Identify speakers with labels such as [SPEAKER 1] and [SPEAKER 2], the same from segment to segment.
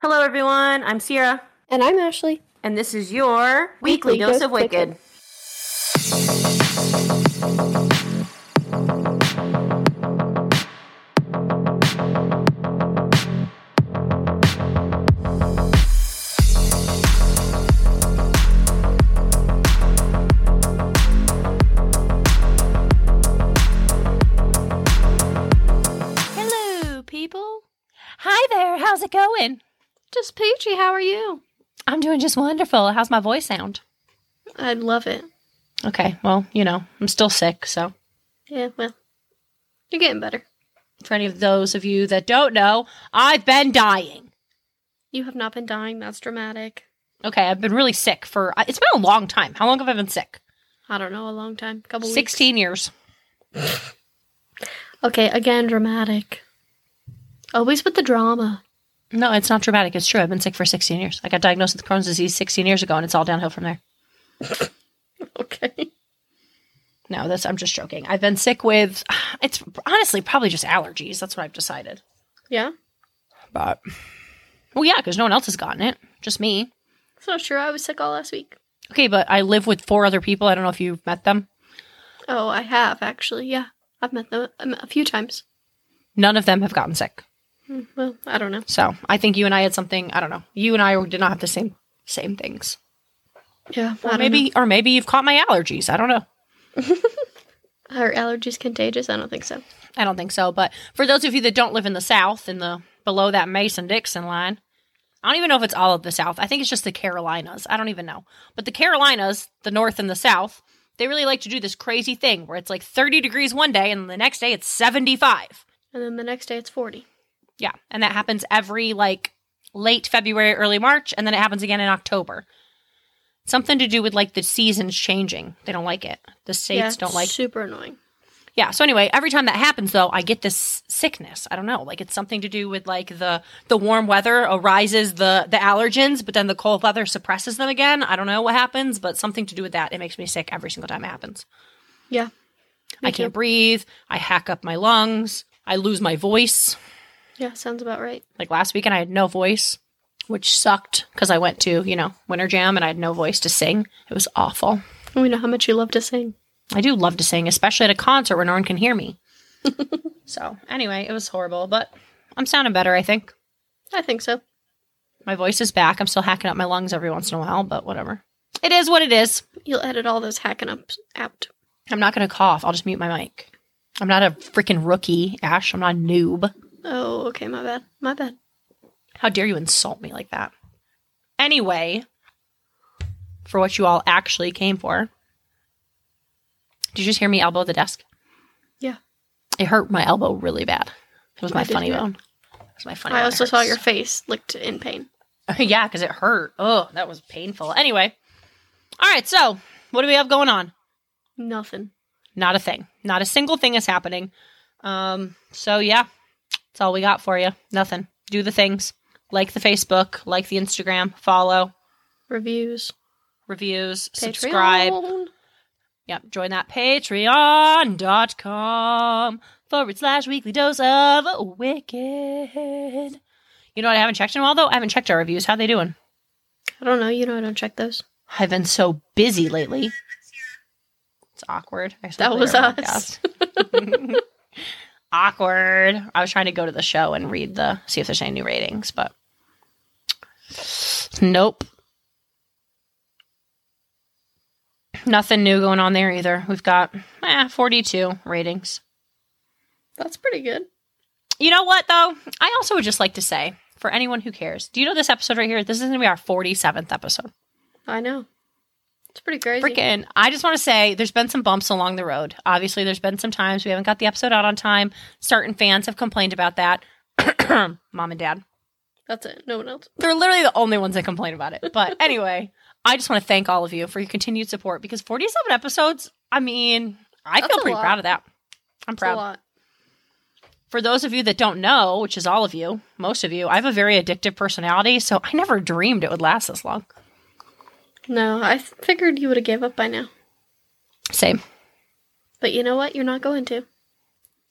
[SPEAKER 1] Hello, everyone. I'm Sierra,
[SPEAKER 2] And I'm Ashley.
[SPEAKER 1] and this is your
[SPEAKER 2] Weekly
[SPEAKER 1] weekly, dose,
[SPEAKER 2] Dose
[SPEAKER 1] of Wicked.
[SPEAKER 2] Wicked.
[SPEAKER 3] Hello, people. Hi there. How's it going?
[SPEAKER 2] Just peachy, how are you?
[SPEAKER 3] I'm doing just wonderful. How's my voice sound?
[SPEAKER 2] I love it.
[SPEAKER 3] Okay. Well, you know, I'm still sick. So,
[SPEAKER 2] Yeah, well, you're getting better.
[SPEAKER 3] for any of those of you that don't know, I've been dying.
[SPEAKER 2] You have not been dying. That's dramatic.
[SPEAKER 3] Okay. I've been really sick for, uh, it's been a long time. How long have I been sick?
[SPEAKER 2] I don't know, a long time. Couple weeks.
[SPEAKER 3] 16 years.
[SPEAKER 2] Okay, again, dramatic. Always with the drama.
[SPEAKER 3] No, it's not dramatic. It's true. I've been sick for 16 years. I got diagnosed with Crohn's disease 16 years ago, and it's all downhill from there.
[SPEAKER 2] Okay.
[SPEAKER 3] No, that's, I'm just joking. I've been sick with, it's honestly probably just allergies. That's what I've decided.
[SPEAKER 2] Yeah.
[SPEAKER 3] But, well, yeah, because no one else has gotten it, just me.
[SPEAKER 2] So sure, I was sick all last week.
[SPEAKER 3] Okay, but I live with four other people. I don't know if you've met them.
[SPEAKER 2] Oh, I have actually. Yeah, I've met them um, a few times.
[SPEAKER 3] None of them have gotten sick.
[SPEAKER 2] Hmm, Well, I don't know.
[SPEAKER 3] So I think you and I had something. I don't know. You and I did not have the same same things.
[SPEAKER 2] Yeah, I
[SPEAKER 3] Or
[SPEAKER 2] don't
[SPEAKER 3] maybe, or maybe you've caught my allergies. I don't know.
[SPEAKER 2] know. are allergies contagious? I don't think so.
[SPEAKER 3] I don't think so. But for those of you that don't live in the South, in the below that Mason Dixon line, I don't even know if it's all of the South. I think it's just the Carolinas. I don't even know. But the Carolinas, the North and the South, they really like to do this crazy thing where it's like 30 degrees one day and the next day it's 75.
[SPEAKER 2] And then the next day, it's forty.
[SPEAKER 3] Yeah, and that happens every like late February, early March, and then it happens again in October. Something to do with like the seasons changing. They don't like it. The states
[SPEAKER 2] yeah,
[SPEAKER 3] don't like.
[SPEAKER 2] Super annoying.
[SPEAKER 3] Yeah. So anyway, every time that happens though, I get this sickness. I don't know. Like it's something to do with like the the warm weather arises the the allergens, but then the cold weather suppresses them again. I don't know what happens, but something to do with that. It makes me sick every single time it happens.
[SPEAKER 2] Yeah.
[SPEAKER 3] I
[SPEAKER 2] too.
[SPEAKER 3] can't breathe. I hack up my lungs. I lose my voice.
[SPEAKER 2] Yeah, sounds about right.
[SPEAKER 3] Like last weekend, I had no voice, which sucked because I went to, you know, Winter Jam and I had no voice to sing. It was awful.
[SPEAKER 2] We know how much you love to sing.
[SPEAKER 3] I do love to sing, especially at a concert where no one can hear me. so, anyway, it was horrible, but I'm sounding better, I think.
[SPEAKER 2] I think so.
[SPEAKER 3] My voice is back. I'm still hacking up my lungs every once in a while, but whatever. It is what it is.
[SPEAKER 2] You'll edit all those hacking up out.
[SPEAKER 3] I'm not going to cough. I'll just mute my mic. I'm not a freaking rookie, Ash. I'm not a noob.
[SPEAKER 2] Oh, okay, my bad. My bad.
[SPEAKER 3] How dare you insult me like that? Anyway, for what you all actually came for, did you just hear me elbow the desk?
[SPEAKER 2] Yeah.
[SPEAKER 3] It hurt my elbow really bad. It was my
[SPEAKER 2] I did
[SPEAKER 3] funny
[SPEAKER 2] hear it.
[SPEAKER 3] bone. It was my funny
[SPEAKER 2] I
[SPEAKER 3] bone. It
[SPEAKER 2] also saw
[SPEAKER 3] hurts.
[SPEAKER 2] your face licked in pain.
[SPEAKER 3] yeah, because it hurt. Oh, that was painful. Anyway, all right. So, what do we have going on?
[SPEAKER 2] Nothing.
[SPEAKER 3] Not a thing. Not a single thing is happening. Um. So yeah, that's all we got for you. Nothing. Do the things. Like the Facebook. Like the Instagram. Follow.
[SPEAKER 2] Reviews.
[SPEAKER 3] reviews,
[SPEAKER 2] Patreon.
[SPEAKER 3] subscribe. Yep, join that patreon.com forward slash weekly dose of wicked. You know what I haven't checked in a while though? I haven't checked our reviews. How they doing?
[SPEAKER 2] I don't know. You know I don't check those.
[SPEAKER 3] I've been so busy lately. It's awkward. I
[SPEAKER 2] That
[SPEAKER 3] said
[SPEAKER 2] was
[SPEAKER 3] later
[SPEAKER 2] us.
[SPEAKER 3] podcast. awkward. I was trying to go to the show and read the see if there's any new ratings, but nope. Nothing new going on there either. We've got eh, 42 ratings.
[SPEAKER 2] That's pretty good.
[SPEAKER 3] You know what though? I also would just like to say for anyone who cares, do you know this episode right here? This is going to be our 47th episode.
[SPEAKER 2] I know. It's pretty crazy.
[SPEAKER 3] Freaking, I just want to say there's been some bumps along the road. Obviously, there's been some times we haven't got the episode out on time. Certain fans have complained about that. Mom and dad.
[SPEAKER 2] That's it. No one else.
[SPEAKER 3] They're literally the only ones that complain about it. But anyway, I just want to thank all of you for your continued support because 47 episodes, I mean, I
[SPEAKER 2] That's
[SPEAKER 3] feel
[SPEAKER 2] a
[SPEAKER 3] pretty
[SPEAKER 2] lot.
[SPEAKER 3] proud of that. I'm
[SPEAKER 2] It's a
[SPEAKER 3] proud.
[SPEAKER 2] lot.
[SPEAKER 3] For those of you that don't know, which is all of you, most of you, I have a very addictive personality, so I never dreamed it would last this long.
[SPEAKER 2] No, I th- figured you would have gave up by now.
[SPEAKER 3] Same.
[SPEAKER 2] But you know what? You're not going to.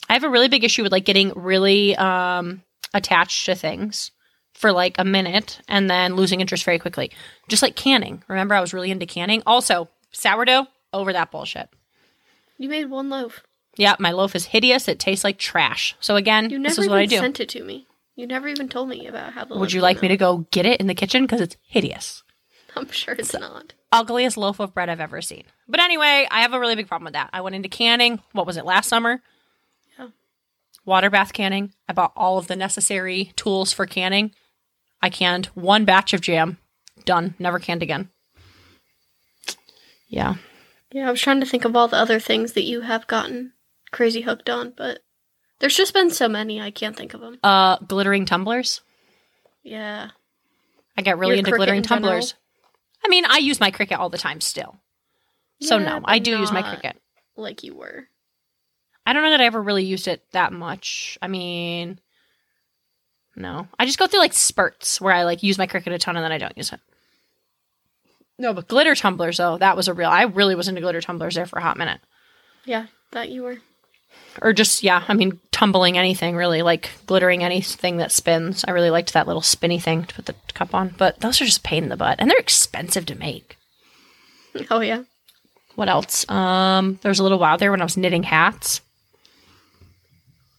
[SPEAKER 3] I have a really big issue with like getting really um attached to things. for like a minute and then losing interest very quickly. Just like canning. Remember, I was really into canning. Also, sourdough, over that bullshit.
[SPEAKER 2] You made one loaf.
[SPEAKER 3] Yeah, my loaf is hideous. It tastes like trash. So again,
[SPEAKER 2] You
[SPEAKER 3] this
[SPEAKER 2] never
[SPEAKER 3] is
[SPEAKER 2] even
[SPEAKER 3] what I do.
[SPEAKER 2] sent it to me. You never even told me about how the.
[SPEAKER 3] Would you like me to go get it in the kitchen because it's hideous?
[SPEAKER 2] I'm sure it's not.
[SPEAKER 3] Ugliest loaf of bread I've ever seen. But anyway, I have a really big problem with that. I went into canning. What was it last summer?
[SPEAKER 2] Yeah.
[SPEAKER 3] Water bath canning. I bought all of the necessary tools for canning. I canned one batch of jam. Done. Never canned again. Yeah.
[SPEAKER 2] Yeah, I was trying to think of all the other things that you have gotten crazy hooked on, but there's just been so many I can't think of them.
[SPEAKER 3] Uh, glittering tumblers.
[SPEAKER 2] Yeah.
[SPEAKER 3] I got really
[SPEAKER 2] Your
[SPEAKER 3] into
[SPEAKER 2] Cricut
[SPEAKER 3] glittering
[SPEAKER 2] in general?
[SPEAKER 3] tumblers. I mean, I use my Cricut all the time still. So
[SPEAKER 2] Yeah,
[SPEAKER 3] no, I
[SPEAKER 2] but
[SPEAKER 3] do use my
[SPEAKER 2] not
[SPEAKER 3] Cricut.
[SPEAKER 2] Like you were.
[SPEAKER 3] I don't know that I ever really used it that much. I mean, no. I just go through like spurts where I like use my Cricut a ton and then I don't use it. No, but glitter tumblers though, that was a real. I really was into glitter tumblers there for a hot minute.
[SPEAKER 2] Yeah, that you were.
[SPEAKER 3] Or just yeah, I mean tumbling anything really, like glittering anything that spins. I really liked that little spinny thing to put the cup on. But those are just a pain in the butt and they're expensive to make.
[SPEAKER 2] Oh, yeah.
[SPEAKER 3] What else? Um, there was a little while there when I was knitting hats.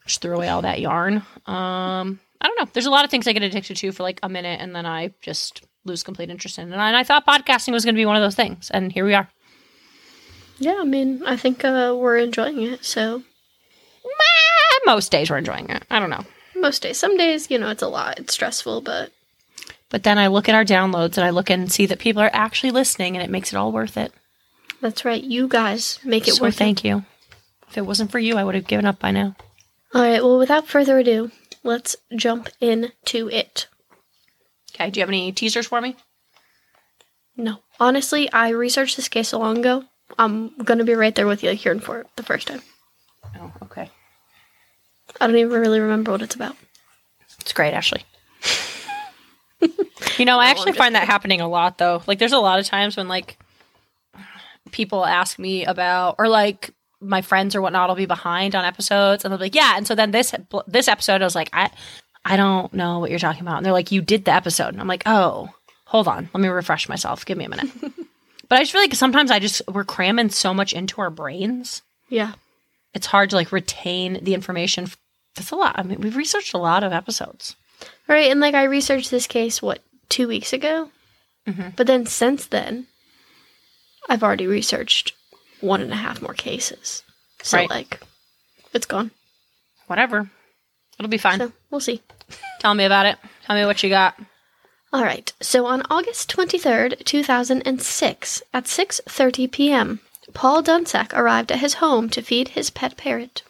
[SPEAKER 3] Just threw away all that yarn. Um, I don't know. There's a lot of things I get addicted to for like a minute, and then I just lose complete interest in. it. And I, and I thought podcasting was going to be one of those things, and here we are.
[SPEAKER 2] Yeah, I mean, I think uh, we're enjoying it, so
[SPEAKER 3] Ah, most days we're enjoying it. I don't know.
[SPEAKER 2] most days. Some days, you know, it's a lot. It's stressful, but
[SPEAKER 3] But then I look at our downloads and I look and see that people are actually listening, and it makes it all worth it.
[SPEAKER 2] that's right. You guys make it
[SPEAKER 3] so
[SPEAKER 2] worth it.
[SPEAKER 3] thank you. If it wasn't for you, I would have given up by now.
[SPEAKER 2] All right, well, without further ado, let's jump into it.
[SPEAKER 3] Okay. Do you have any teasers for me?
[SPEAKER 2] No. Honestly, I researched this case so long ago. I'm going to be right there with you hearing for it the first time.
[SPEAKER 3] Oh, okay.
[SPEAKER 2] I don't even really remember what it's about.
[SPEAKER 3] It's great, Ashley. you know, I actually
[SPEAKER 2] I'm just
[SPEAKER 3] find that happening a lot though. Like there's a lot of times when like people ask me about or like my friends or whatnot will be behind on episodes and they'll be like, "Yeah." And so then this this episode I was like, "I I don't know what you're talking about." And they're like, "You did the episode." And I'm like, "Oh, hold on. Let me refresh myself. Give me a minute." but I just feel like sometimes I just we're cramming so much into our brains
[SPEAKER 2] Yeah.
[SPEAKER 3] it's hard to like retain the information. That's a lot. I mean, we've researched a lot of episodes.
[SPEAKER 2] All right, and like I researched this case, what, two weeks ago?
[SPEAKER 3] Mhm.
[SPEAKER 2] But then since then, I've already researched one and a half more cases. So,
[SPEAKER 3] Right.
[SPEAKER 2] like, it's gone.
[SPEAKER 3] Whatever. It'll be fine.
[SPEAKER 2] So, we'll see.
[SPEAKER 3] Tell me about it. Tell me what you got.
[SPEAKER 2] All right. So on August 23rd, 2006, at 6:30 p.m., Paul Dunsack arrived at his home to feed his pet parrot.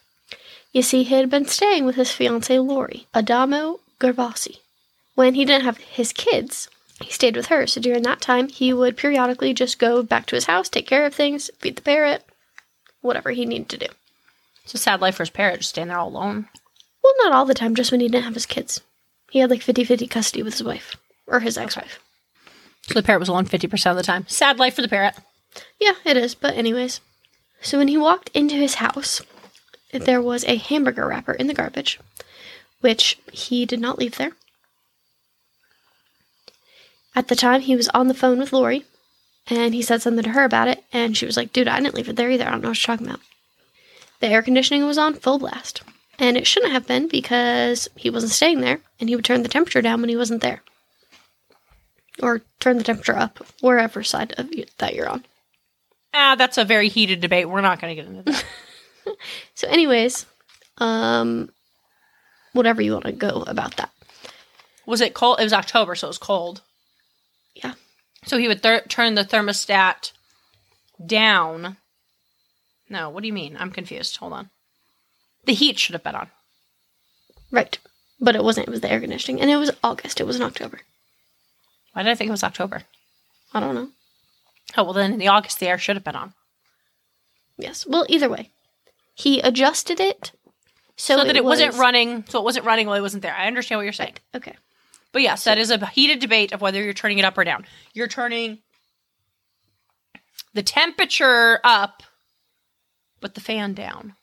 [SPEAKER 2] You see, he had been staying with his fiancee Lori, Adamo Gervasi. When he didn't have his kids, he stayed with her. So during that time, he would periodically just go back to his house, take care of things, feed the parrot, whatever he needed to do.
[SPEAKER 3] It's a sad life for his parrot, just standing there all alone.
[SPEAKER 2] Well, not all the time, just when he didn't have his kids. He had like 50-50 custody with his wife or his ex-wife.
[SPEAKER 3] So the parrot was alone 50% of the time. Sad life for the parrot.
[SPEAKER 2] Yeah, it is, but anyways. So when he walked into his house, there was a hamburger wrapper in the garbage, which he did not leave there. At the time, he was on the phone with Lori, and he said something to her about it, and she was like, dude, I didn't leave it there either. I don't know what you're talking about. The air conditioning was on full blast, and it shouldn't have been because he wasn't staying there, and he would turn the temperature down when he wasn't there. Or turn the temperature up, wherever side of you, that you're on.
[SPEAKER 3] Ah, that's a very heated debate. We're not going to get into that.
[SPEAKER 2] So, anyways, um, whatever you want to go about that.
[SPEAKER 3] was it cold? It was October, so it was cold.
[SPEAKER 2] Yeah.
[SPEAKER 3] So he would thir- turn the thermostat down. No, what do you mean? I'm confused. Hold on. The heat should have been on.
[SPEAKER 2] Right. But it wasn't. It was the air conditioning. And it was August. It wasn't October.
[SPEAKER 3] Why did I think it was October?
[SPEAKER 2] I don't know.
[SPEAKER 3] Oh, well, then in the August, the air should have been on.
[SPEAKER 2] Yes. Well, either way, he adjusted it so,
[SPEAKER 3] So, that it, wasn't
[SPEAKER 2] was-
[SPEAKER 3] running. So it wasn't running while it wasn't there. I understand what you're saying.
[SPEAKER 2] Okay.
[SPEAKER 3] But yes, that is a heated debate of whether you're turning it up or down. You're turning the temperature up, but the fan down.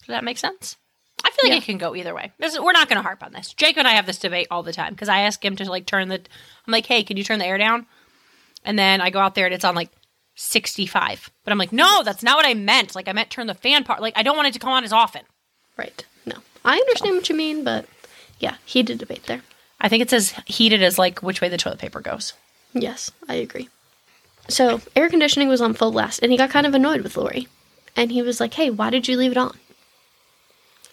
[SPEAKER 3] Does that make sense? I I feel like
[SPEAKER 2] Yeah.
[SPEAKER 3] it can go either way. This is- we're not going to harp on this. Jake and I have this debate all the time because I ask him to like turn the. I'm like, hey, can you turn the air down? And then I go out there and it's on like 65. But I'm like, no, that's not what I meant. Like I meant turn the fan part. Like I don't want it to come on as often.
[SPEAKER 2] Right. No. I understand what you mean, but yeah, heated debate there.
[SPEAKER 3] I think it's as heated as like which way the toilet paper goes.
[SPEAKER 2] Yes, I agree. So air conditioning was on full blast, and he got kind of annoyed with Lori. And he was like, hey, why did you leave it on?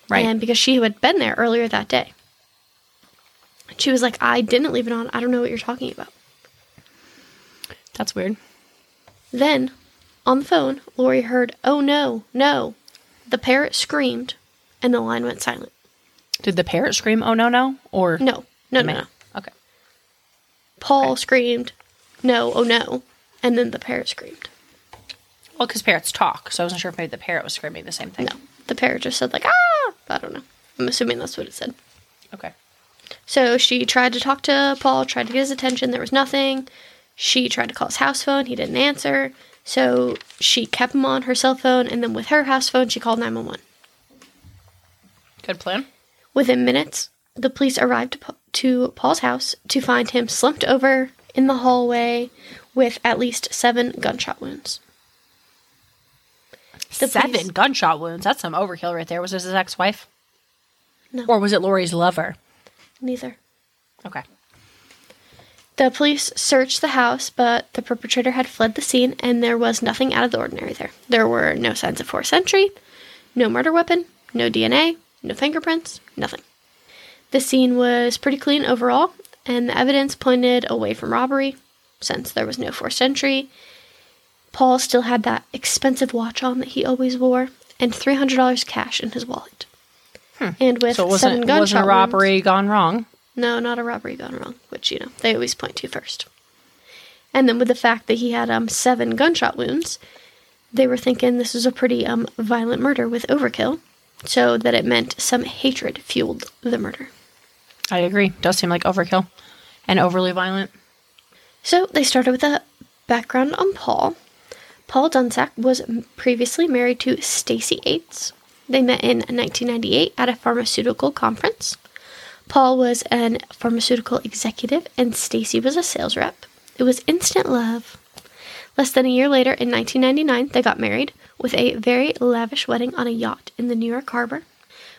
[SPEAKER 3] Right.
[SPEAKER 2] And because she had been there earlier that day. And She was like, I didn't leave it on. I don't know what you're talking about.
[SPEAKER 3] that's weird.
[SPEAKER 2] Then, on the phone, Lori heard, oh no, no. The parrot screamed, and the line went silent.
[SPEAKER 3] Did the parrot scream, oh no, no? Or
[SPEAKER 2] No, no, no, no.
[SPEAKER 3] Okay.
[SPEAKER 2] Paul screamed, no, oh no. And then the parrot screamed.
[SPEAKER 3] Well, because parrots talk, so I wasn't sure if maybe the parrot was screaming the same thing.
[SPEAKER 2] No, the parrot just said, like, ah! I don't know. I'm assuming that's what it said.
[SPEAKER 3] Okay.
[SPEAKER 2] So she tried to talk to Paul, tried to get his attention. There was nothing. She tried to call his house phone. He didn't answer. So she kept him on her cell phone. And then with her house phone, she called 911.
[SPEAKER 3] Good plan.
[SPEAKER 2] Within minutes, the police arrived to, Pa- to Paul's house to find him slumped over in the hallway with at least seven gunshot wounds. The
[SPEAKER 3] Seven
[SPEAKER 2] police-
[SPEAKER 3] gunshot wounds. That's some overkill right there. Was this his ex wife?
[SPEAKER 2] No.
[SPEAKER 3] Or was it Lori's lover?
[SPEAKER 2] Neither.
[SPEAKER 3] Okay.
[SPEAKER 2] The police searched the house, but the perpetrator had fled the scene and there was nothing out of the ordinary there. There were no signs of forced entry, no murder weapon, no DNA, no fingerprints, nothing. The scene was pretty clean overall, and the evidence pointed away from robbery since there was no forced entry. Paul still had that expensive watch on that he always wore and $300 cash in his wallet. And with
[SPEAKER 3] Hmm. So it
[SPEAKER 2] seven
[SPEAKER 3] wasn't, it
[SPEAKER 2] gunshot
[SPEAKER 3] wasn't a
[SPEAKER 2] wounds-
[SPEAKER 3] robbery gone wrong.
[SPEAKER 2] no, not a robbery gone wrong, which, you know, they always point to first. And then with the fact that he had um, seven gunshot wounds, they were thinking this was a pretty um, violent murder with overkill, so that it meant some hatred fueled the murder.
[SPEAKER 3] I agree. Does seem like overkill and overly violent.
[SPEAKER 2] So they started with a background on Paul. Paul Dunsack was m- previously married to Stacy Yates. They met in 1998 at a pharmaceutical conference. Paul was an pharmaceutical executive and Stacy was a sales rep. It was instant love. Less than a year later, in 1999, they got married with a very lavish wedding on a yacht in the New York harbor.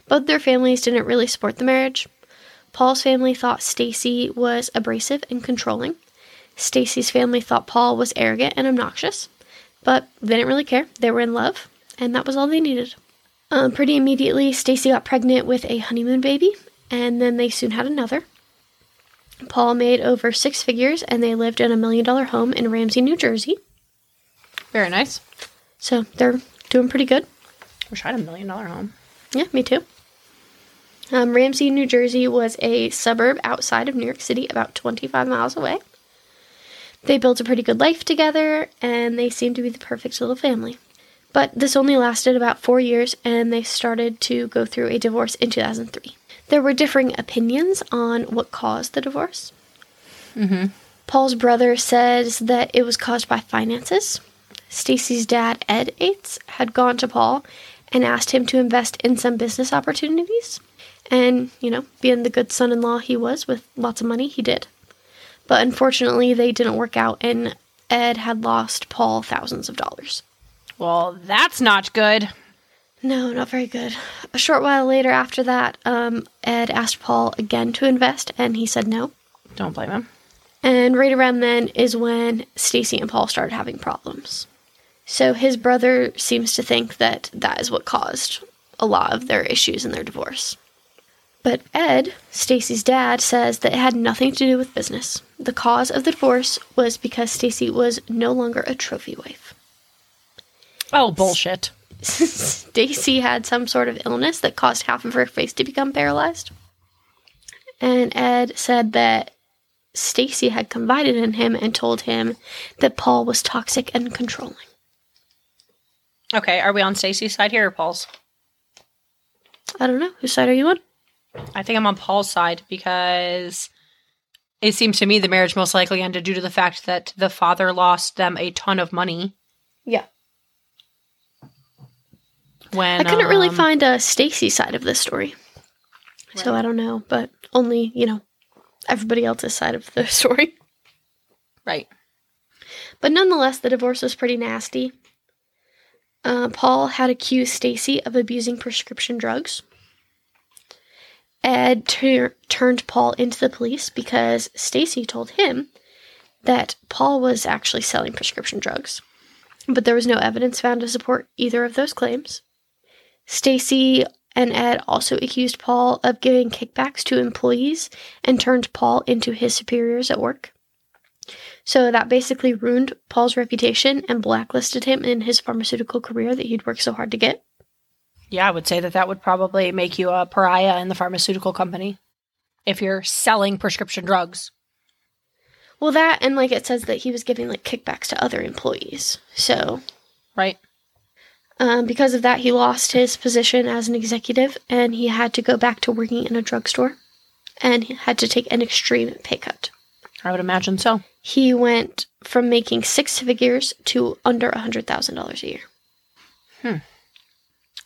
[SPEAKER 2] Both their families didn't really support the marriage. Paul's family thought Stacy was abrasive and controlling. Stacy's family thought Paul was arrogant and obnoxious, but they didn't really care. They were in love, and that was all they needed. Um, pretty immediately, Stacy got pregnant with a honeymoon baby, and then they soon had another. Paul made over six figures, and they lived in a million dollar home in Ramsey, New Jersey.
[SPEAKER 3] Very nice.
[SPEAKER 2] So they're doing pretty good.
[SPEAKER 3] Wish I had a million dollar home.
[SPEAKER 2] Yeah, me too. Um, Ramsey, New Jersey was a suburb outside of New York City, about 25 miles away. They built a pretty good life together, and they seemed to be the perfect little family. But this only lasted about four years, and they started to go through a divorce in 2003. There were differing opinions on what caused the divorce. Paul's brother says that it was caused by finances. Stacy's dad, Ed Yates, had gone to Paul and asked him to invest in some business opportunities. And, you know, being the good son in law he was with lots of money, he did. But unfortunately, they didn't work out, and Ed had lost Paul thousands of dollars.
[SPEAKER 3] Well, that's not good.
[SPEAKER 2] No, not very good. A short while later after that, um, Ed asked Paul again to invest, and he said no.
[SPEAKER 3] Don't blame him.
[SPEAKER 2] And right around then is when Stacy and Paul started having problems. So his brother seems to think that that is what caused a lot of their issues in their divorce. But Ed, Stacy's dad, says that it had nothing to do with business. The cause of the divorce was because Stacy was no longer a trophy wife.
[SPEAKER 3] Oh, bullshit.
[SPEAKER 2] Stacy had some sort of illness that caused half of her face to become paralyzed. And Ed said that Stacy had confided in him and told him that Paul was toxic and controlling.
[SPEAKER 3] Okay, are we on Stacy's side here or Paul's?
[SPEAKER 2] I don't know. Whose side are you on?
[SPEAKER 3] I think I'm on Paul's side because it seems to me the marriage most likely ended due to the fact that the father lost them a ton of money
[SPEAKER 2] Yeah.
[SPEAKER 3] When
[SPEAKER 2] I couldn't really
[SPEAKER 3] um,
[SPEAKER 2] find a Stacy side of this story. So
[SPEAKER 3] Right.
[SPEAKER 2] I don't know, but only, you know, everybody else's side of the story.
[SPEAKER 3] Right.
[SPEAKER 2] But nonetheless, the divorce was pretty nasty. Uh, Paul had accused Stacy of abusing prescription drugs. Ed tur turned Paul into the police because Stacy told him that Paul was actually selling prescription drugs. But there was no evidence found to support either of those claims. Stacy and Ed also accused Paul of giving kickbacks to employees and turned Paul into his superiors at work. So that basically ruined Paul's reputation and blacklisted him in his pharmaceutical career that he'd worked so hard to get.
[SPEAKER 3] Yeah, I would say that that would probably make you a pariah in the pharmaceutical company if you're selling prescription drugs.
[SPEAKER 2] Well, that and like it says that he was giving like kickbacks to other employees. So
[SPEAKER 3] Right.
[SPEAKER 2] um, because of that, he lost his position as an executive and he had to go back to working in a drugstore and he had to take an extreme pay cut.
[SPEAKER 3] I would imagine so.
[SPEAKER 2] He went from making six figures to under a $100,000 a year.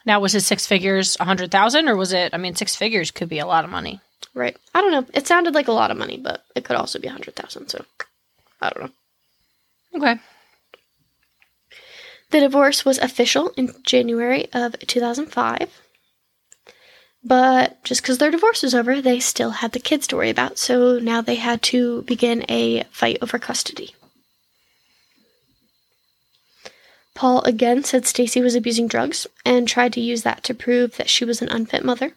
[SPEAKER 3] Now, was it six figures, a hundred thousand, or was it? I mean, six figures could be a lot of money.
[SPEAKER 2] Right. I don't know. It sounded like a lot of money, but it could also be a 100000 So I don't know.
[SPEAKER 3] Okay.
[SPEAKER 2] The divorce was official in January of 2005. But just because their divorce was over, they still had the kids to worry about, so now they had to begin a fight over custody. Paul again said Stacy was abusing drugs and tried to use that to prove that she was an unfit mother.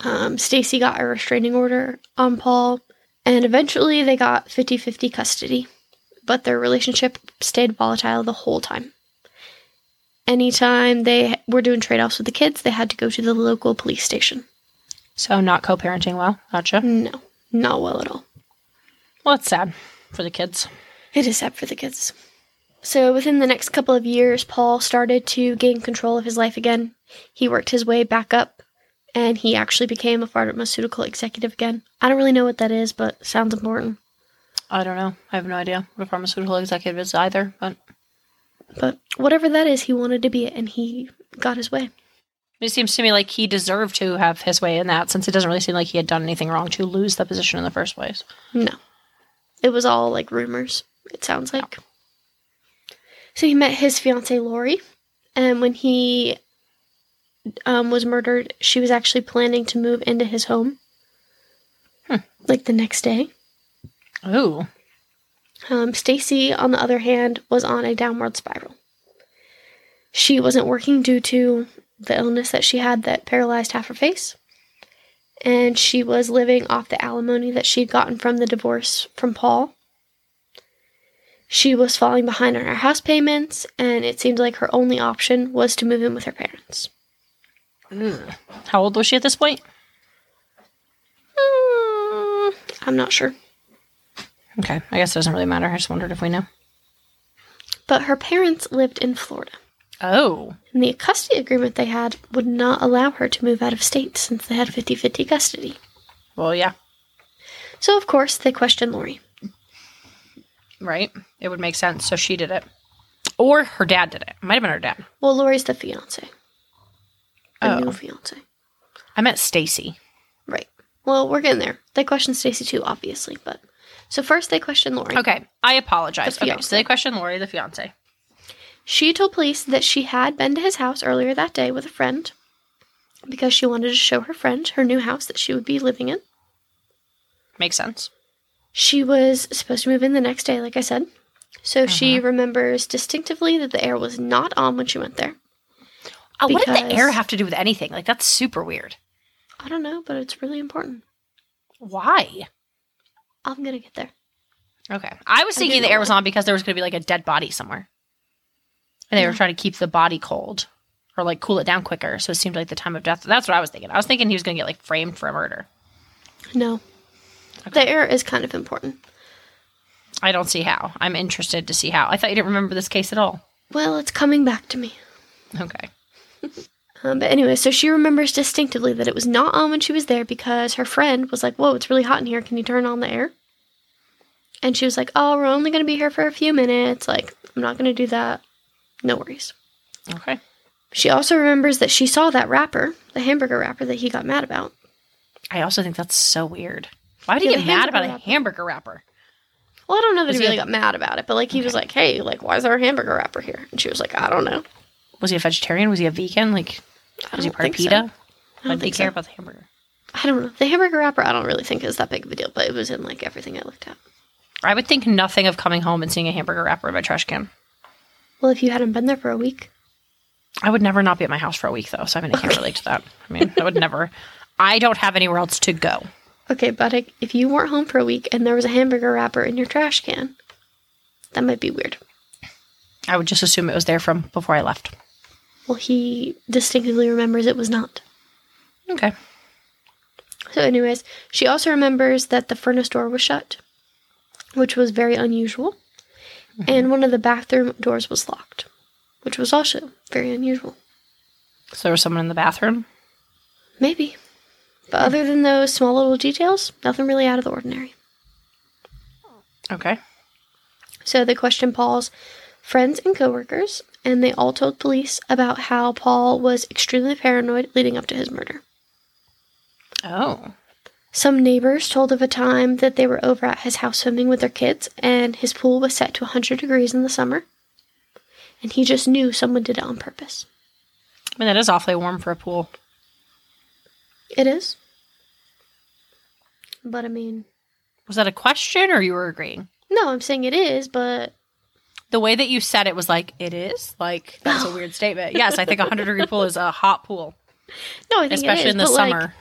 [SPEAKER 2] Um, Stacy got a restraining order on Paul, and eventually they got 50 50 custody but their relationship stayed volatile the whole time. Anytime they were doing trade offs with the kids, they had to go to the local police station.
[SPEAKER 3] So not co-parenting well. Gotcha.
[SPEAKER 2] No, not well at all.
[SPEAKER 3] Well, it's sad for the kids.
[SPEAKER 2] It is sad for the kids. So, within the next couple of years, Paul started to gain control of his life again. He worked his way back up and he actually became a pharmaceutical executive again. I don't really know what that is, but sounds important.
[SPEAKER 3] I don't know. I have no idea what a pharmaceutical executive is either. But
[SPEAKER 2] But whatever that is, he wanted to be it and he got his way.
[SPEAKER 3] it seems to me like he deserved to have his way in that, since it doesn't really seem like he had done anything wrong to lose the position in the first place.
[SPEAKER 2] No. It was all like rumors, it sounds like. So he met his fiancee Lori, and when he um, was murdered, she was actually planning to move into his home. Like the next day.
[SPEAKER 3] Ooh.
[SPEAKER 2] Um, Stacy, on the other hand, was on a downward spiral. She wasn't working due to the illness that she had that paralyzed half her face. And she was living off the alimony that she'd gotten from the divorce from Paul. She was falling behind on her house payments, and it seemed like her only option was to move in with her parents.
[SPEAKER 3] How old was she at this point?
[SPEAKER 2] Mm, I'm not sure.
[SPEAKER 3] Okay. I guess it doesn't really matter. I just wondered if we knew.
[SPEAKER 2] But her parents lived in Florida.
[SPEAKER 3] Oh.
[SPEAKER 2] And the custody agreement they had would not allow her to move out of state since they had 50 50 custody.
[SPEAKER 3] Well, yeah.
[SPEAKER 2] So, of course, they questioned Lori.
[SPEAKER 3] Right. It would make sense. So she did it. Or her dad did it. It might have been her dad.
[SPEAKER 2] Well, Lori's the fiance. The
[SPEAKER 3] Oh.
[SPEAKER 2] new fiance.
[SPEAKER 3] I met Stacy.
[SPEAKER 2] Right. Well, we're getting there. They questioned Stacy too, obviously, but. So, first they questioned Lori.
[SPEAKER 3] Okay. I apologize.
[SPEAKER 2] The
[SPEAKER 3] Okay. So
[SPEAKER 2] fiancé.
[SPEAKER 3] they questioned Lori, the fiance.
[SPEAKER 2] She told police that she had been to his house earlier that day with a friend because she wanted to show her friend her new house that she would be living in.
[SPEAKER 3] Makes sense.
[SPEAKER 2] She was supposed to move in the next day, like I said. So she
[SPEAKER 3] Uh-huh.
[SPEAKER 2] remembers distinctively that the air was not on when she went there.
[SPEAKER 3] Oh, what did the
[SPEAKER 2] Because-
[SPEAKER 3] air have to do with anything? Like, that's super weird.
[SPEAKER 2] I don't know, but it's really important.
[SPEAKER 3] Why?
[SPEAKER 2] I'm gonna get there.
[SPEAKER 3] Okay. I was
[SPEAKER 2] I
[SPEAKER 3] thinking
[SPEAKER 2] didn't
[SPEAKER 3] the air
[SPEAKER 2] know
[SPEAKER 3] was on because there was going to be like a dead body somewhere. And they were trying to keep the body cold or like cool it down quicker. So it seemed like the time of death. That's what I was thinking. I was thinking he was going to get like framed for a murder.
[SPEAKER 2] No. The air is kind of important.
[SPEAKER 3] I don't see how. I'm interested to see how. I thought you didn't remember this case at all.
[SPEAKER 2] Well, it's coming back to me.
[SPEAKER 3] Okay.
[SPEAKER 2] Um, but anyway, so she remembers distinctively that it was not on when she was there because her friend was like, Whoa, it's really hot in here. Can you turn on the air? And she was like, Oh, we're only gonna be here for a few minutes. Like, I'm not gonna do that. No worries.
[SPEAKER 3] Okay.
[SPEAKER 2] She also remembers that she saw that wrapper, the hamburger wrapper that he got mad about.
[SPEAKER 3] I also think that's so weird. Why would he
[SPEAKER 2] Yeah,
[SPEAKER 3] get
[SPEAKER 2] the
[SPEAKER 3] mad about
[SPEAKER 2] hamburger
[SPEAKER 3] a
[SPEAKER 2] wrapper.
[SPEAKER 3] hamburger wrapper?
[SPEAKER 2] Well, I don't know that
[SPEAKER 3] Was
[SPEAKER 2] he
[SPEAKER 3] he
[SPEAKER 2] really
[SPEAKER 3] a-
[SPEAKER 2] got mad about it, but like he was like, "Hey, like, why is there a hamburger wrapper here?" And she was like, "I don't know.
[SPEAKER 3] Was he a vegetarian? Was he a vegan? Like,
[SPEAKER 2] I
[SPEAKER 3] was he
[SPEAKER 2] don't
[SPEAKER 3] part of
[SPEAKER 2] think so.
[SPEAKER 3] PETA?
[SPEAKER 2] I
[SPEAKER 3] Why
[SPEAKER 2] don't
[SPEAKER 3] did he
[SPEAKER 2] think
[SPEAKER 3] care
[SPEAKER 2] so.
[SPEAKER 3] about the hamburger?
[SPEAKER 2] I don't know. The hamburger wrapper, I don't really think is that big of a deal, but it was in like everything I looked at.
[SPEAKER 3] I would think nothing of coming home and seeing a hamburger wrapper in my trash can.
[SPEAKER 2] Well, if you hadn't been there for a week,
[SPEAKER 3] I would never not be at my house for a week though, so I mean I can't relate to that. I mean, I would never. I don't have anywhere else to go.
[SPEAKER 2] okay, but I- if you weren't home for a week and there was a hamburger wrapper in your trash can, that might be weird.
[SPEAKER 3] I would just assume it was there from before I left.
[SPEAKER 2] Well, he distinctively remembers it was not.
[SPEAKER 3] Okay.
[SPEAKER 2] So, anyways, she also remembers that the furnace door was shut, which was very unusual, and one of the bathroom doors was locked, which was also very unusual.
[SPEAKER 3] So there was someone in the bathroom.
[SPEAKER 2] Maybe. But other than those small little details, nothing really out of the ordinary.
[SPEAKER 3] Okay.
[SPEAKER 2] So they questioned Paul's friends and coworkers, and they all told police about how Paul was extremely paranoid leading up to his murder.
[SPEAKER 3] Oh.
[SPEAKER 2] Some neighbors told of a time that they were over at his house swimming with their kids, and his pool was set to 100 degrees in the summer. And he just knew someone did it on purpose.
[SPEAKER 3] I mean that is awfully warm for a pool.
[SPEAKER 2] It is. But I mean,
[SPEAKER 3] Was that a question or you were agreeing?
[SPEAKER 2] no, I'm saying it is, but
[SPEAKER 3] The way that you said it was like it is like that's a weird statement. Yes, I think a hundred degree pool is a hot pool,
[SPEAKER 2] no, I think
[SPEAKER 3] especially
[SPEAKER 2] it is,
[SPEAKER 3] in the
[SPEAKER 2] but, like,
[SPEAKER 3] summer.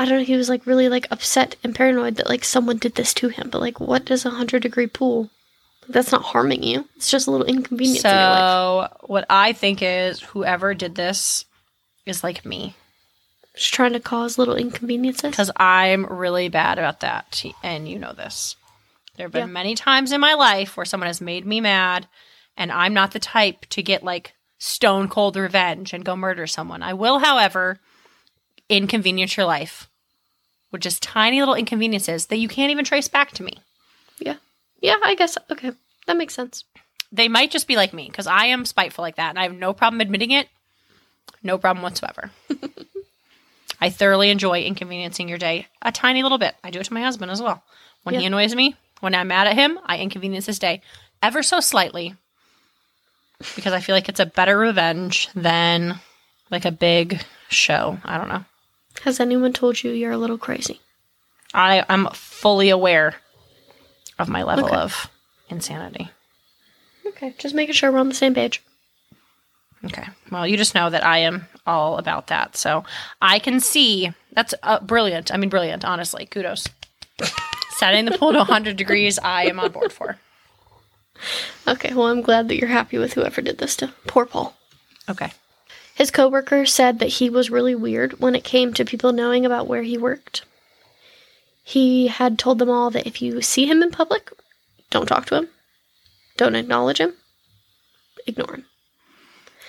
[SPEAKER 2] I don't know. He was like really like upset and paranoid that like someone did this to him. But like, what does a hundred degree pool? That's not harming you. It's just a little inconvenience in your life.
[SPEAKER 3] So what I think is whoever did this is like me
[SPEAKER 2] Just trying to cause little inconveniences.
[SPEAKER 3] because I'm really bad about that, and you know this. There have been
[SPEAKER 2] Yeah.
[SPEAKER 3] many times in my life where someone has made me mad, and I'm not the type to get like stone cold revenge and go murder someone. I will, however, inconvenience your life with just tiny little inconveniences that you can't even trace back to me.
[SPEAKER 2] Yeah, yeah. I guess okay. That makes sense.
[SPEAKER 3] They might just be like me because I am spiteful like that, and I have no problem admitting it. No problem whatsoever. I thoroughly enjoy inconveniencing your day a tiny little bit. I do it to my husband as well. When he
[SPEAKER 2] Yeah.
[SPEAKER 3] annoys me, when I'm mad at him, I inconvenience his day ever so slightly because I feel like it's a better revenge than like a big show. I don't know.
[SPEAKER 2] Has anyone told you you're a little crazy?
[SPEAKER 3] I, I'm fully aware of my level
[SPEAKER 2] Okay.
[SPEAKER 3] of insanity.
[SPEAKER 2] Okay, just making sure we're on the same page.
[SPEAKER 3] Okay. Well, you just know that I am all about that. So I can see that's uh, brilliant. I mean, brilliant, honestly. Kudos. Setting the pool to 100 degrees, I am on board for.
[SPEAKER 2] Okay. Well, I'm glad that you're happy with whoever did this to poor Paul.
[SPEAKER 3] Okay.
[SPEAKER 2] His coworker said that he was really weird when it came to people knowing about where he worked. He had told them all that if you see him in public, don't talk to him, don't acknowledge him, ignore him.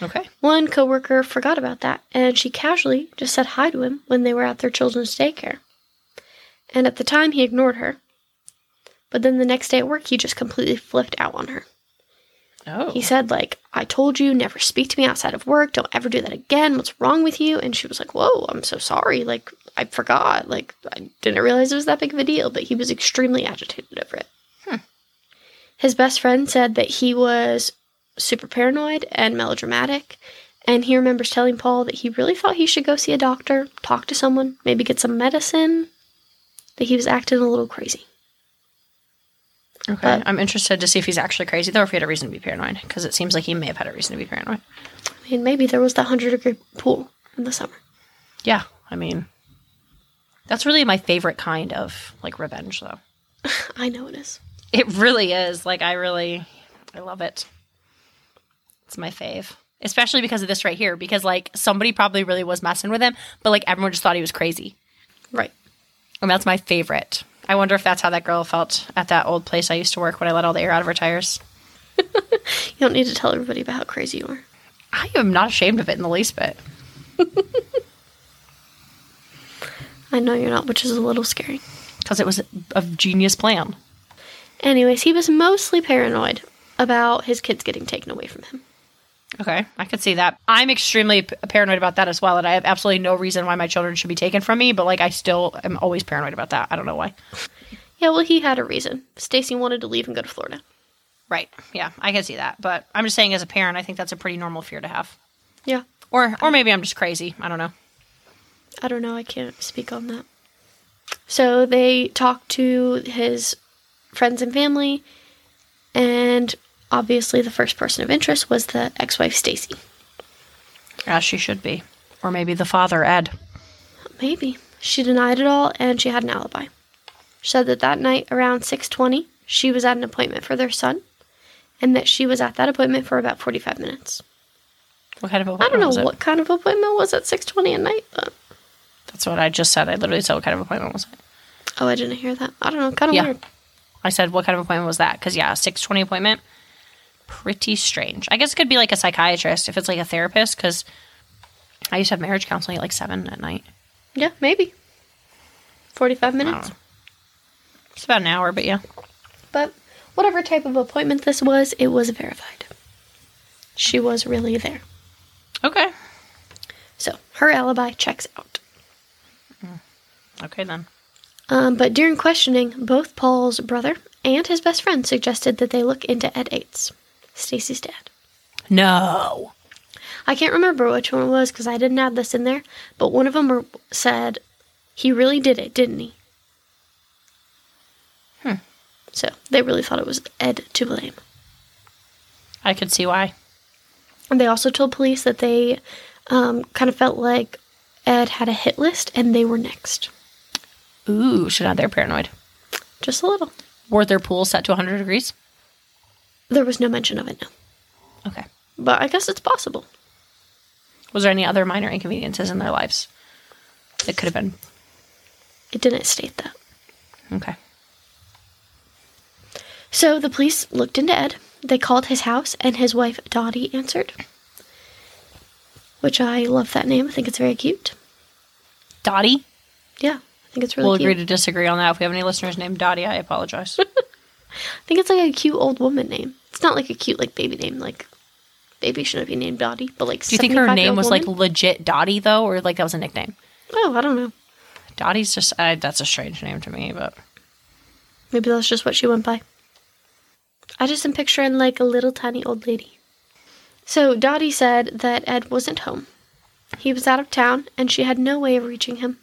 [SPEAKER 3] Okay.
[SPEAKER 2] One coworker forgot about that, and she casually just said hi to him when they were at their children's daycare. And at the time, he ignored her. But then the next day at work, he just completely flipped out on her.
[SPEAKER 3] Oh.
[SPEAKER 2] He said, like, I told you never speak to me outside of work. Don't ever do that again. What's wrong with you? And she was like, Whoa, I'm so sorry. Like, I forgot. Like, I didn't realize it was that big of a deal, but he was extremely agitated over it. His best friend said that he was super paranoid and melodramatic. And he remembers telling Paul that he really thought he should go see a doctor, talk to someone, maybe get some medicine, that he was acting a little crazy.
[SPEAKER 3] okay. I'm interested to see if he's actually crazy, though, or if he had a reason to be paranoid, because it seems like he may have had a reason to be paranoid.
[SPEAKER 2] I mean, maybe there was the 100 degree pool in the summer.
[SPEAKER 3] Yeah. I mean, that's really my favorite kind of like revenge, though.
[SPEAKER 2] I know it is.
[SPEAKER 3] It really is. Like I really I love it. It's my fave. Especially because of this right here, because like somebody probably really was messing with him, but like everyone just thought he was crazy.
[SPEAKER 2] Right.
[SPEAKER 3] And that's my favorite. I wonder if that's how that girl felt at that old place I used to work when I let all the air out of her tires.
[SPEAKER 2] You don't need to tell everybody about how crazy you are.
[SPEAKER 3] I am not ashamed of it in the least bit.
[SPEAKER 2] I know you're not, which is a little scary.
[SPEAKER 3] Because it was a genius plan.
[SPEAKER 2] Anyways, he was mostly paranoid about his kids getting taken away from him.
[SPEAKER 3] Okay, I could see that. I'm extremely p- paranoid about that as well, and I have absolutely no reason why my children should be taken from me. But like, I still am always paranoid about that. I don't know why.
[SPEAKER 2] Yeah, well, he had a reason. Stacy wanted to leave and go to Florida.
[SPEAKER 3] Right? Yeah, I can see that. But I'm just saying, as a parent, I think that's a pretty normal fear to have.
[SPEAKER 2] Yeah.
[SPEAKER 3] Or, or maybe I'm just crazy. I don't know.
[SPEAKER 2] I don't know. I can't speak on that. So they talked to his friends and family, and obviously the first person of interest was the ex-wife Stacy.
[SPEAKER 3] As she should be, or maybe the father, Ed.
[SPEAKER 2] Maybe she denied it all, and she had an alibi. She said that that night around 6:20, she was at an appointment for their son, and that she was at that appointment for about 45 minutes.
[SPEAKER 3] What kind of?
[SPEAKER 2] I don't
[SPEAKER 3] was
[SPEAKER 2] know
[SPEAKER 3] it?
[SPEAKER 2] what kind of appointment was at 6:20 at night, but
[SPEAKER 3] That's what I just said. I literally said, "What kind of appointment was it?"
[SPEAKER 2] oh, I didn't hear that. I don't know, kind of
[SPEAKER 3] Yeah.
[SPEAKER 2] weird.
[SPEAKER 3] I said, "What kind of appointment was that?" Because yeah, six twenty appointment. Pretty strange. I guess it could be like a psychiatrist if it's like a therapist. Because I used to have marriage counseling at like seven at night.
[SPEAKER 2] Yeah, maybe. 45
[SPEAKER 3] I
[SPEAKER 2] minutes.
[SPEAKER 3] don't know. It's about an hour, but yeah.
[SPEAKER 2] But whatever type of appointment this was, it was verified. She was really there.
[SPEAKER 3] Okay.
[SPEAKER 2] So her alibi checks out.
[SPEAKER 3] Okay then.
[SPEAKER 2] Um, but during questioning, both Paul's brother and his best friend suggested that they look into Ed Eights, Stacy's dad.
[SPEAKER 3] No.
[SPEAKER 2] I can't remember which one it was because I didn't add this in there, but one of them said, he really did it, didn't he? Hmm. So they really thought it was Ed to blame.
[SPEAKER 3] I could see why.
[SPEAKER 2] And they also told police that they um, kind of felt like Ed had a hit list and they were next.
[SPEAKER 3] Ooh, should not they're paranoid.
[SPEAKER 2] Just a little.
[SPEAKER 3] Were their pools set to 100 degrees?
[SPEAKER 2] There was no mention of it, no.
[SPEAKER 3] Okay.
[SPEAKER 2] But I guess it's possible.
[SPEAKER 3] Was there any other minor inconveniences in their lives? It could have been.
[SPEAKER 2] It didn't state that.
[SPEAKER 3] Okay.
[SPEAKER 2] So the police looked into Ed. They called his house and his wife Dottie answered, which I love that name. I think it's very cute.
[SPEAKER 3] Dottie?
[SPEAKER 2] Yeah, I think it's really
[SPEAKER 3] We'll
[SPEAKER 2] cute.
[SPEAKER 3] agree to disagree on that. If we have any listeners named Dottie, I apologize.
[SPEAKER 2] I think it's like a cute old woman name. It's not like a cute like baby name. Like baby shouldn't be named Dottie, but like
[SPEAKER 3] Do you think her name
[SPEAKER 2] 75-year-old
[SPEAKER 3] was like
[SPEAKER 2] woman?
[SPEAKER 3] legit Dottie though, or like that was a nickname?
[SPEAKER 2] oh I don't know.
[SPEAKER 3] Dottie's just I, that's a strange name to me, but
[SPEAKER 2] Maybe that's just what she went by. I just am picturing like a little tiny old lady. So Dottie said that Ed wasn't home. He was out of town and she had no way of reaching him.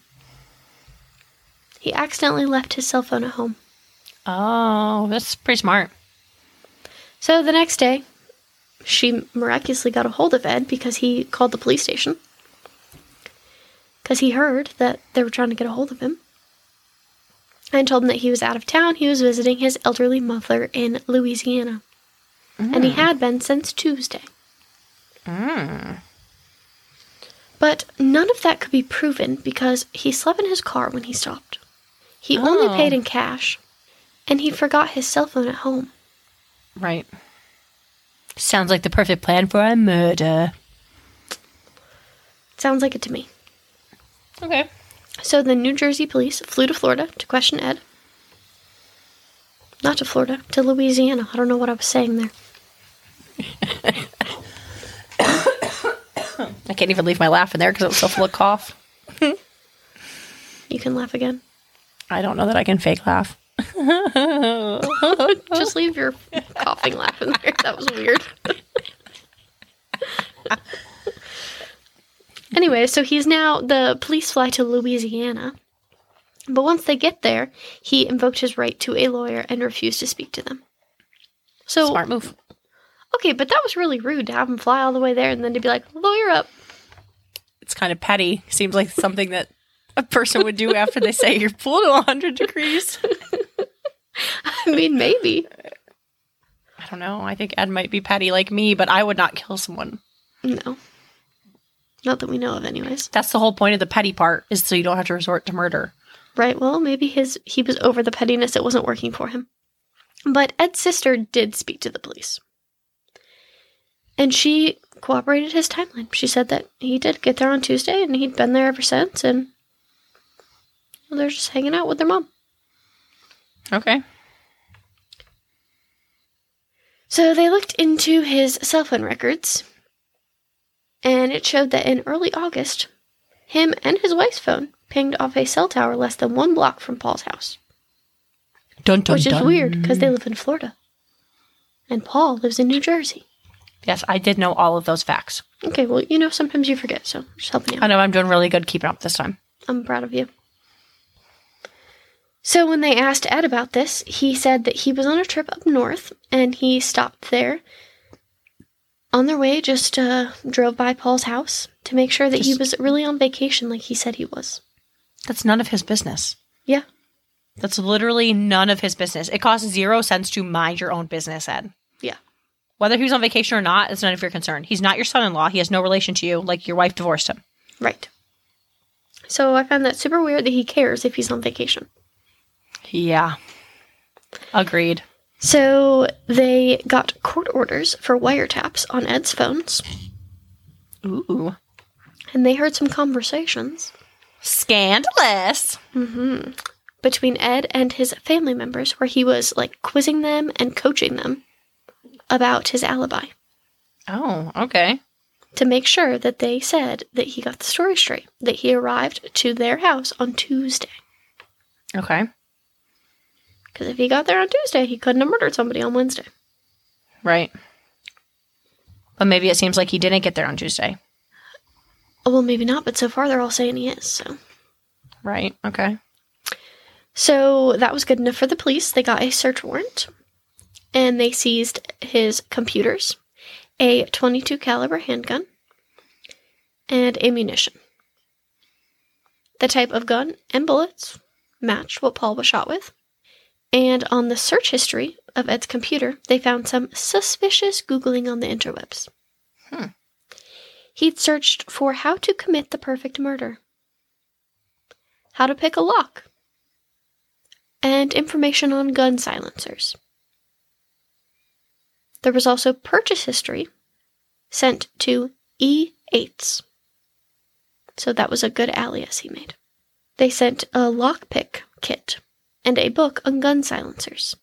[SPEAKER 2] He accidentally left his cell phone at home.
[SPEAKER 3] oh, that's pretty smart.
[SPEAKER 2] So the next day, she miraculously got a hold of Ed because he called the police station. Because he heard that they were trying to get a hold of him. And told him that he was out of town. He was visiting his elderly mother in Louisiana. And he had been since Tuesday. But none of that could be proven because he slept in his car when he stopped. He only
[SPEAKER 3] Oh.
[SPEAKER 2] paid in cash. And he forgot his cell phone at home.
[SPEAKER 3] Right. Sounds like the perfect plan for a murder.
[SPEAKER 2] Sounds like it to me.
[SPEAKER 3] Okay.
[SPEAKER 2] So the New Jersey police flew to Florida to question Ed. Not to Florida, to Louisiana. I don't know what I was saying there.
[SPEAKER 3] I can't even leave my laugh in there because it's so full of cough.
[SPEAKER 2] You can laugh again.
[SPEAKER 3] I don't know that I can fake laugh.
[SPEAKER 2] Just leave your coughing laugh in there. That was weird. anyway, so he's now the police fly to Louisiana. But once they get there, he invoked his right to a lawyer and refused to speak to them. So
[SPEAKER 3] Smart move.
[SPEAKER 2] okay, but that was really rude to have him fly all the way there and then to be like, lawyer up.
[SPEAKER 3] It's kind of petty. Seems like something that a person would do after they say your pool to 100 degrees.
[SPEAKER 2] I mean, maybe.
[SPEAKER 3] I don't know. I think Ed might be petty like me, but I would not kill someone.
[SPEAKER 2] No. Not that we know of, anyways.
[SPEAKER 3] That's the whole point of the petty part is so you don't have to resort to murder.
[SPEAKER 2] Right. Well, maybe his he was over the pettiness; it wasn't working for him. But Ed's sister did speak to the police, and she cooperated his timeline. She said that he did get there on Tuesday, and he'd been there ever since. And well, they're just hanging out with their mom.
[SPEAKER 3] Okay.
[SPEAKER 2] So they looked into his cell phone records, and it showed that in early August, him and his wife's phone pinged off a cell tower less than one block from Paul's house,
[SPEAKER 3] Dun, dun,
[SPEAKER 2] which is
[SPEAKER 3] dun.
[SPEAKER 2] weird because they live in Florida. And Paul lives in New Jersey.
[SPEAKER 3] Yes, I did know all of those facts.
[SPEAKER 2] Okay, well, you know, sometimes you forget, so just helping you.
[SPEAKER 3] I know I'm doing really good keeping up this time.
[SPEAKER 2] I'm proud of you. So, when they asked Ed about this, he said that he was on a trip up north and he stopped there. On their way, just uh, drove by Paul's house to make sure that he
[SPEAKER 3] Just-
[SPEAKER 2] was really on vacation like he said he was.
[SPEAKER 3] That's none of his business.
[SPEAKER 2] Yeah.
[SPEAKER 3] That's literally none of his business. It costs zero cents to mind your own business, Ed.
[SPEAKER 2] Yeah.
[SPEAKER 3] Whether he was on vacation or not, it's none of your concern. He's not your son in law. He has no relation to you. Like your wife divorced him.
[SPEAKER 2] Right. So, I found that super weird that he cares if he's on vacation.
[SPEAKER 3] Yeah. Agreed.
[SPEAKER 2] So, they got court orders for wiretaps on Ed's phones
[SPEAKER 3] Ooh.
[SPEAKER 2] and they heard some conversations mm-hmm,
[SPEAKER 3] Scandalous.
[SPEAKER 2] between Ed and his family members where he was like quizzing them and coaching them about his alibi
[SPEAKER 3] Oh, okay.
[SPEAKER 2] to make sure that they said that he got the story straight, that he arrived to their house on Tuesday.
[SPEAKER 3] Okay.
[SPEAKER 2] Because if he got there on Tuesday, he couldn't have murdered somebody on Wednesday.
[SPEAKER 3] Right. But maybe it seems like he didn't get there on Tuesday.
[SPEAKER 2] Oh, well, maybe not, but so far they're all saying he is, so.
[SPEAKER 3] Right. Okay.
[SPEAKER 2] So that was good enough for the police. They got a search warrant and they seized his computers, a 22 caliber handgun, and ammunition. The type of gun and bullets matched what Paul was shot with. And on the search history of Ed's computer, they found some suspicious googling on the interwebs.
[SPEAKER 3] Hmm.
[SPEAKER 2] He'd searched for how to commit the perfect murder, how to pick a lock, and information on gun silencers. There was also purchase history sent to E8s. So that was a good alias he made. They sent a lockpick kit and a book on gun silencers.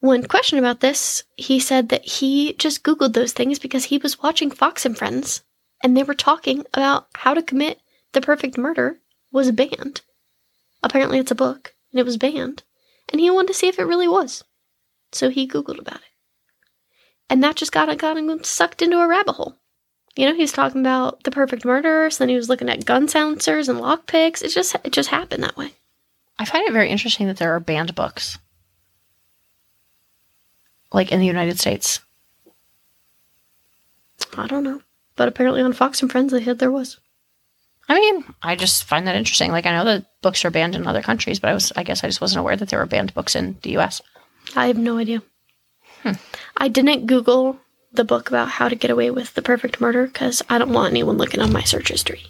[SPEAKER 2] One question about this, he said that he just Googled those things because he was watching Fox and Friends and they were talking about how to commit the perfect murder was banned. Apparently, it's a book and it was banned and he wanted to see if it really was. So he Googled about it. And that just got, got him sucked into a rabbit hole. You know, he was talking about the perfect murderers, then he was looking at gun silencers and lockpicks. It just it just happened that way.
[SPEAKER 3] I find it very interesting that there are banned books. Like in the United States.
[SPEAKER 2] I don't know. But apparently on Fox and Friends they said there was.
[SPEAKER 3] I mean, I just find that interesting. Like I know that books are banned in other countries, but I was I guess I just wasn't aware that there were banned books in the US.
[SPEAKER 2] I have no idea.
[SPEAKER 3] Hmm.
[SPEAKER 2] I didn't Google the book about how to get away with the perfect murder because I don't want anyone looking on my search history.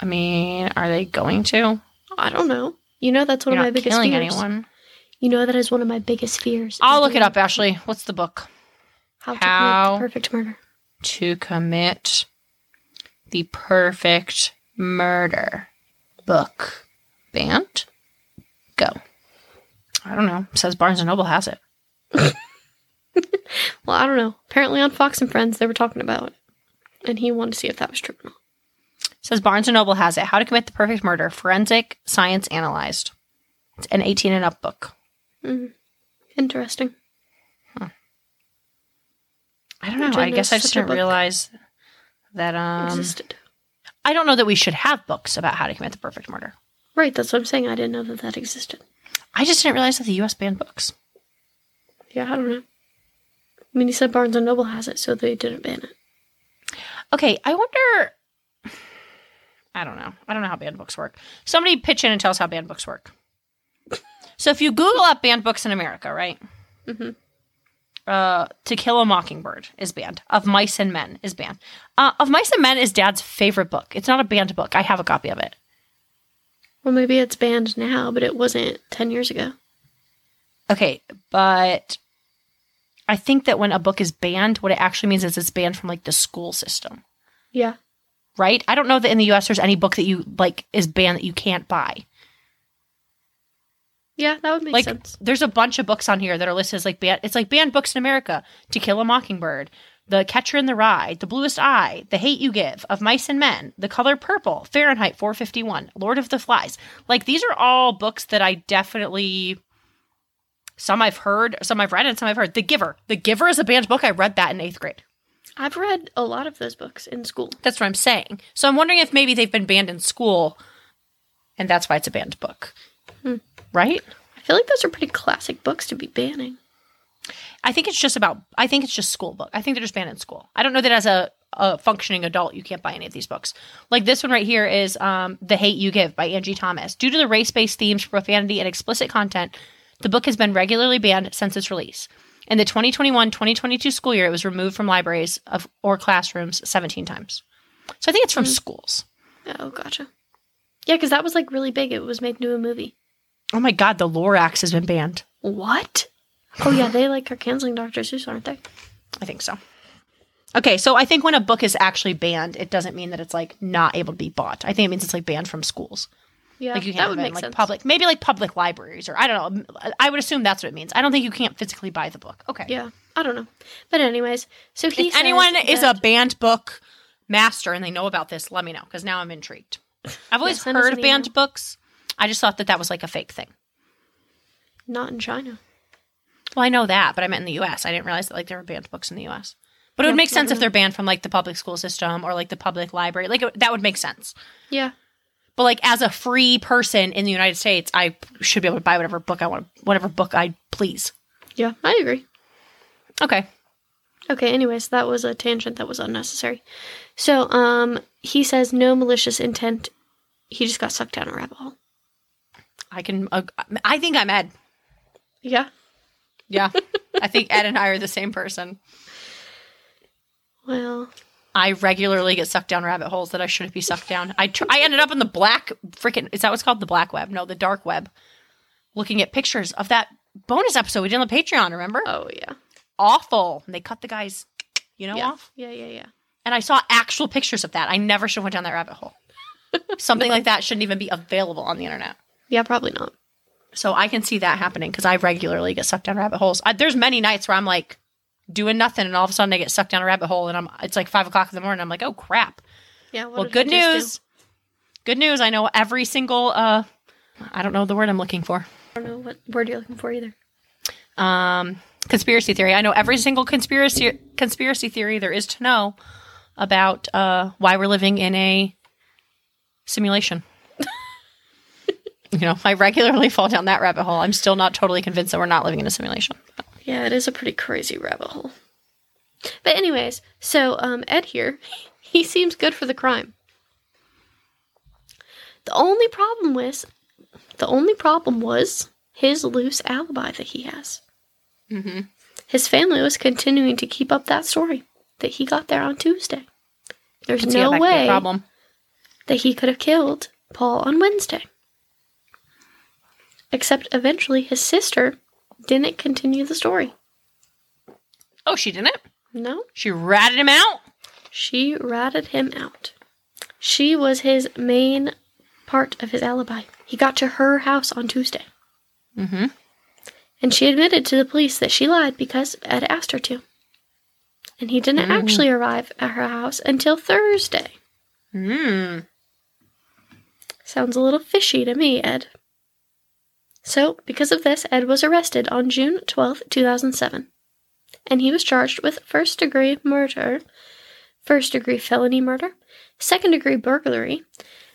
[SPEAKER 3] I mean, are they going to?
[SPEAKER 2] I don't know. You know that's one
[SPEAKER 3] You're
[SPEAKER 2] of my
[SPEAKER 3] not
[SPEAKER 2] biggest
[SPEAKER 3] killing
[SPEAKER 2] fears.
[SPEAKER 3] anyone.
[SPEAKER 2] You know that is one of my biggest fears.
[SPEAKER 3] I'll look it up, Ashley. What's the book?
[SPEAKER 2] How to
[SPEAKER 3] How-
[SPEAKER 2] commit the perfect murder.
[SPEAKER 3] To commit the perfect murder. Book. Banned? Go. I don't know. It says Barnes and Noble has it.
[SPEAKER 2] Well, I don't know. Apparently on Fox and Friends they were talking about it. And he wanted to see if that was true or not.
[SPEAKER 3] says Barnes and Noble has it. How to Commit the Perfect Murder: Forensic Science Analyzed. It's an 18 and up book.
[SPEAKER 2] Mm-hmm. Interesting.
[SPEAKER 3] I don't know.
[SPEAKER 2] Which I
[SPEAKER 3] I guess
[SPEAKER 2] know
[SPEAKER 3] I
[SPEAKER 2] is
[SPEAKER 3] just
[SPEAKER 2] such a
[SPEAKER 3] didn't
[SPEAKER 2] book.
[SPEAKER 3] realize that. Um,
[SPEAKER 2] Existed.
[SPEAKER 3] I don't know that we should have books about how to commit the perfect murder.
[SPEAKER 2] Right, that's what I'm saying. I didn't know that that existed.
[SPEAKER 3] I just didn't realize that the U.S. banned books.
[SPEAKER 2] Yeah, I don't know. I mean, he said Barnes and Noble has it, so they didn't ban it.
[SPEAKER 3] Okay, I wonder. I don't know. I don't know how banned books work. Somebody pitch in and tell us how banned books work. So if you Google up banned books in America, right?
[SPEAKER 2] Mhm.
[SPEAKER 3] Uh, to Kill a Mockingbird is banned. Of Mice and Men is banned. Uh, of Mice and Men is Dad's favorite book. It's not a banned book. I have a copy of it.
[SPEAKER 2] Well, maybe it's banned now, but it wasn't 10 years ago.
[SPEAKER 3] Okay, but I think that when a book is banned, what it actually means is it's banned from like the school system,
[SPEAKER 2] Yeah.
[SPEAKER 3] right? I don't know that in the U.S. there's any book that you like is banned that you can't buy.
[SPEAKER 2] Yeah, that would make
[SPEAKER 3] like
[SPEAKER 2] sense.
[SPEAKER 3] there's a bunch of books on here that are listed as like ban- it's like banned books in America. To Kill a Mockingbird, The Catcher in the Rye, The Bluest Eye, The Hate You Give, Of Mice and Men, The Color Purple, Fahrenheit 451, Lord of the Flies. Like these are all books that I definitely some I've heard, some I've read, and some I've heard. The Giver. The Giver is a banned book. I read that in eighth grade.
[SPEAKER 2] I've read a lot of those books in school.
[SPEAKER 3] That's what I'm saying. So I'm wondering if maybe they've been banned in school and that's why it's a banned book. Right?
[SPEAKER 2] I feel like those are pretty classic books to be banning.
[SPEAKER 3] I think it's just about I think it's just school book. I think they're just banned in school. I don't know that as a, a functioning adult you can't buy any of these books. Like this one right here is um The Hate You Give by Angie Thomas. Due to the race-based themes, profanity and explicit content, the book has been regularly banned since its release. In the 2021-2022 school year, it was removed from libraries of or classrooms 17 times. So I think it's from schools.
[SPEAKER 2] Oh, gotcha. Yeah, because that was like really big. It was made into a movie.
[SPEAKER 3] Oh my god, the Lorax has been banned.
[SPEAKER 2] What? Oh yeah, they like are canceling Doctor Seuss, aren't they?
[SPEAKER 3] I think so. Okay, so I think when a book is actually banned, it doesn't mean that it's like not able to be bought. I think it means it's like banned from schools.
[SPEAKER 2] Yeah,
[SPEAKER 3] Like you can't
[SPEAKER 2] that
[SPEAKER 3] have
[SPEAKER 2] would
[SPEAKER 3] it in,
[SPEAKER 2] make
[SPEAKER 3] like
[SPEAKER 2] sense.
[SPEAKER 3] public, maybe like public libraries or I don't know. I would assume that's what it means. I don't think you can't physically buy the book. Okay.
[SPEAKER 2] Yeah, I don't know. But anyways, so he
[SPEAKER 3] If anyone
[SPEAKER 2] says
[SPEAKER 3] is a
[SPEAKER 2] that-
[SPEAKER 3] banned book master and they know about this, let me know because now I'm intrigued. I've always
[SPEAKER 2] send us
[SPEAKER 3] heard
[SPEAKER 2] an
[SPEAKER 3] of banned
[SPEAKER 2] email.
[SPEAKER 3] books. I just thought that that was like a fake thing.
[SPEAKER 2] not in China.
[SPEAKER 3] Well, I know that, but I meant in the U.S. I didn't realize that like there were banned books in the U.S. But it would make sense if they're banned from like the public school system or like the public library. Like it- that would make sense.
[SPEAKER 2] Yeah,
[SPEAKER 3] But like as a free person in the United States, I should be able to buy whatever book I want, whatever book I please.
[SPEAKER 2] yeah, I agree.
[SPEAKER 3] Okay.
[SPEAKER 2] Okay, anyways, that was a tangent that was unnecessary. So, um, he says no malicious intent. He just got sucked down a rabbit hole.
[SPEAKER 3] I can uh, I think I'm Ed.
[SPEAKER 2] Yeah.
[SPEAKER 3] Yeah. I think Ed and I are the same person.
[SPEAKER 2] Well,
[SPEAKER 3] I regularly get sucked down rabbit holes that I shouldn't be sucked down. I tr- I ended up in the black freaking is that what's called the black web? No, the dark web. Looking at pictures of that bonus episode we did on the Patreon, remember?
[SPEAKER 2] oh yeah,
[SPEAKER 3] awful. And they cut the guy's, you know,
[SPEAKER 2] yeah,
[SPEAKER 3] off.
[SPEAKER 2] yeah, yeah, yeah.
[SPEAKER 3] And I saw actual pictures of that. I never should have went down that rabbit hole. Something like that shouldn't even be available on the internet.
[SPEAKER 2] Yeah, probably not.
[SPEAKER 3] So I can see that happening because I regularly get sucked down rabbit holes. I, there's many nights where I'm like doing nothing, and all of a sudden I get sucked down a rabbit hole, and I'm it's like five o'clock in the morning. I'm like, oh crap.
[SPEAKER 2] Yeah. what
[SPEAKER 3] well,
[SPEAKER 2] did I
[SPEAKER 3] good
[SPEAKER 2] just do?
[SPEAKER 3] news. Good news. I know every single. uh I don't know the word I'm looking for.
[SPEAKER 2] I don't know what word you're looking for either.
[SPEAKER 3] um, conspiracy theory. I know every single conspiracy conspiracy theory there is to know about uh, why we're living in a simulation. you know, I regularly fall down that rabbit hole. I'm still not totally convinced that we're not living in a simulation.
[SPEAKER 2] Yeah, it is a pretty crazy rabbit hole. But anyways, so um, Ed here, he seems good for the crime. The only problem was, the only problem was his loose alibi that he has.
[SPEAKER 3] Mhm.
[SPEAKER 2] His family was continuing to keep up that story that he got there on Tuesday. There's
[SPEAKER 3] See how
[SPEAKER 2] no
[SPEAKER 3] that could be a
[SPEAKER 2] way
[SPEAKER 3] problem.
[SPEAKER 2] that he could have killed Paul on Wednesday. Except eventually his sister didn't continue the story.
[SPEAKER 3] Oh, she didn't.
[SPEAKER 2] No,
[SPEAKER 3] She ratted him out.
[SPEAKER 2] She ratted him out. She was his main part of his alibi. He got to her house on Tuesday,
[SPEAKER 3] Mm-hmm.
[SPEAKER 2] and she admitted to the police that she lied because Ed asked her to. And he didn't actually arrive at her house until Thursday.
[SPEAKER 3] Mm.
[SPEAKER 2] Sounds a little fishy to me, Ed. So, because of this, Ed was arrested on June twelfth, two 2007, and he was charged with first degree murder, first degree felony murder, second degree burglary,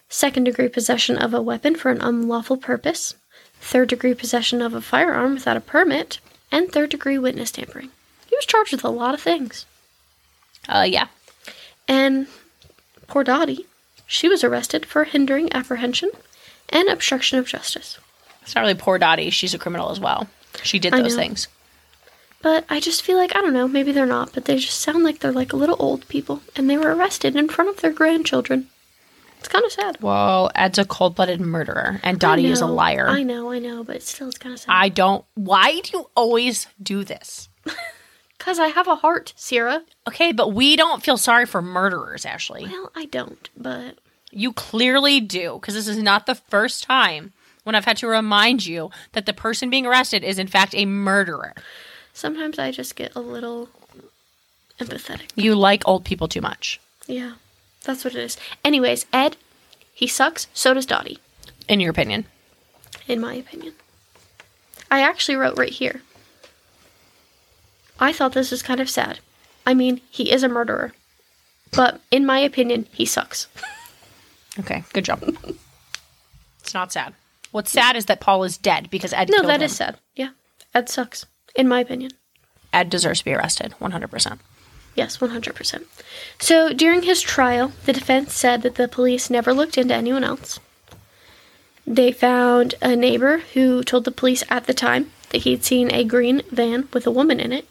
[SPEAKER 2] second degree possession of a weapon for an unlawful purpose, third degree possession of a firearm without a permit, and third degree witness tampering. He was charged with a lot of things.
[SPEAKER 3] Uh, yeah.
[SPEAKER 2] And poor Dottie, she was arrested for hindering apprehension and obstruction of justice.
[SPEAKER 3] It's not really poor Dottie. She's a criminal as well. She did
[SPEAKER 2] I
[SPEAKER 3] those
[SPEAKER 2] know.
[SPEAKER 3] things.
[SPEAKER 2] But I just feel like, I don't know, maybe they're not, but they just sound like they're like little old people and they were arrested in front of their grandchildren. It's kind of sad.
[SPEAKER 3] Well, Ed's a cold-blooded murderer, and Dottie
[SPEAKER 2] I
[SPEAKER 3] is a
[SPEAKER 2] know,
[SPEAKER 3] liar.
[SPEAKER 2] I know, I know, but still it's kind of sad.
[SPEAKER 3] I don't. Why do you always do this?
[SPEAKER 2] Because I have a heart, Sierra.
[SPEAKER 3] Okay, but we don't feel sorry for murderers, Ashley.
[SPEAKER 2] Well, I don't, but
[SPEAKER 3] You clearly do, because this is not the first time when I've had to remind you that the person being arrested is, in fact, a murderer.
[SPEAKER 2] sometimes I just get a little empathetic.
[SPEAKER 3] You like old people too much.
[SPEAKER 2] Yeah, that's what it is. Anyways, Ed, he sucks. So does Dottie,
[SPEAKER 3] In your opinion.
[SPEAKER 2] in my opinion. I actually wrote right here. I thought this was kind of sad. I mean, he is a murderer. But in my opinion, he sucks.
[SPEAKER 3] Okay, good job. it's not sad. What's sad is that Paul is dead because Ed.
[SPEAKER 2] No,
[SPEAKER 3] killed
[SPEAKER 2] that
[SPEAKER 3] him.
[SPEAKER 2] is sad. Yeah. Ed sucks, in my opinion.
[SPEAKER 3] Ed deserves to be arrested, one hundred percent.
[SPEAKER 2] Yes, 100%. So during his trial, the defense said that the police never looked into anyone else. They found a neighbor who told the police at the time that he'd seen a green van with a woman in it,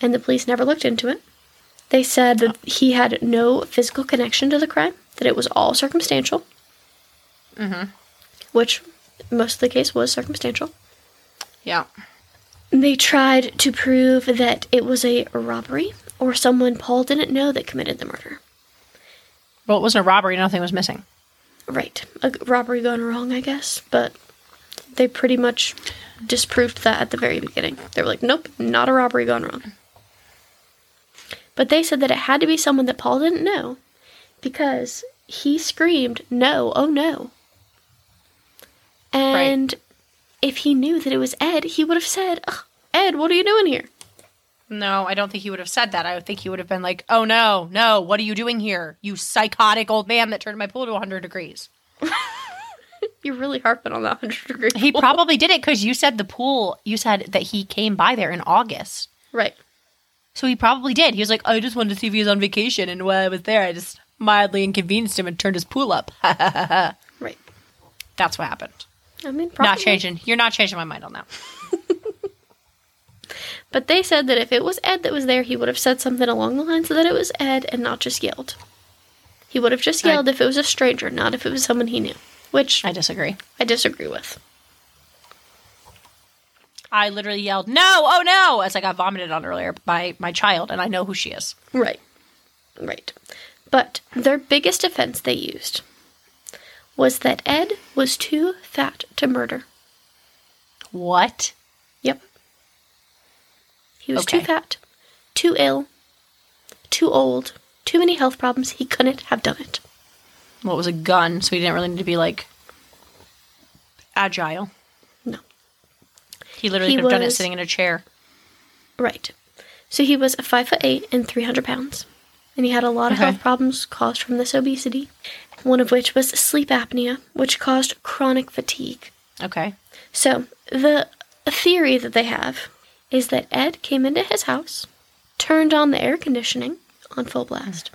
[SPEAKER 2] and the police never looked into it. They said that he had no physical connection to the crime, that it was all circumstantial, mm-hmm. which most of the case was circumstantial.
[SPEAKER 3] Yeah.
[SPEAKER 2] They tried to prove that it was a robbery or someone Paul didn't know that committed the murder.
[SPEAKER 3] Well, it wasn't a robbery. Nothing was missing.
[SPEAKER 2] Right. A g- robbery gone wrong, I guess, but they pretty much disproved that at the very beginning. They were like, nope, not a robbery gone wrong. But they said that it had to be someone that Paul didn't know because he screamed, no, oh no. And if he knew that it was Ed, he would have said, "Ugh, Ed, what are you doing here?
[SPEAKER 3] No, I don't think he would have said that. I would think he would have been like, "Oh no, no! What are you doing here, you psychotic old man that turned my pool to 100 degrees?"
[SPEAKER 2] You're really harping on that 100 degree.
[SPEAKER 3] He
[SPEAKER 2] rule.
[SPEAKER 3] probably did it because you said the pool. You said that he came by there in August,
[SPEAKER 2] Right.
[SPEAKER 3] so he probably did. He was like, "I just wanted to see if he was on vacation," and while I was there, I just mildly inconvenienced him and turned his pool up.
[SPEAKER 2] Right.
[SPEAKER 3] That's what happened.
[SPEAKER 2] I mean, probably.
[SPEAKER 3] Not changing. You're not changing my mind on that.
[SPEAKER 2] But they said that if it was Ed that was there, he would have said something along the lines that it was Ed and not just yelled. He would have just
[SPEAKER 3] I-
[SPEAKER 2] yelled if it was a stranger, not if it was someone he knew, which
[SPEAKER 3] I disagree.
[SPEAKER 2] I disagree with.
[SPEAKER 3] I literally yelled, "No! Oh no!" as I got vomited on earlier by my child, and I know who she is.
[SPEAKER 2] Right. Right. But their biggest defense they used was that Ed was too fat to murder.
[SPEAKER 3] What?
[SPEAKER 2] Yep. He was too
[SPEAKER 3] Okay.
[SPEAKER 2] fat, too ill, too old, too many health problems. He couldn't have done it.
[SPEAKER 3] Well, it was a gun, so he didn't really need to be like agile.
[SPEAKER 2] No.
[SPEAKER 3] He literally
[SPEAKER 2] He
[SPEAKER 3] could have done it
[SPEAKER 2] was-
[SPEAKER 3] sitting in a chair.
[SPEAKER 2] Right. So he was five foot eight and three hundred pounds, and he had a lot of
[SPEAKER 3] Okay.
[SPEAKER 2] health problems caused from this obesity. One of which was sleep apnea, which caused chronic fatigue.
[SPEAKER 3] Okay.
[SPEAKER 2] So the theory that they have is that Ed came into his house, turned on the air conditioning on full blast,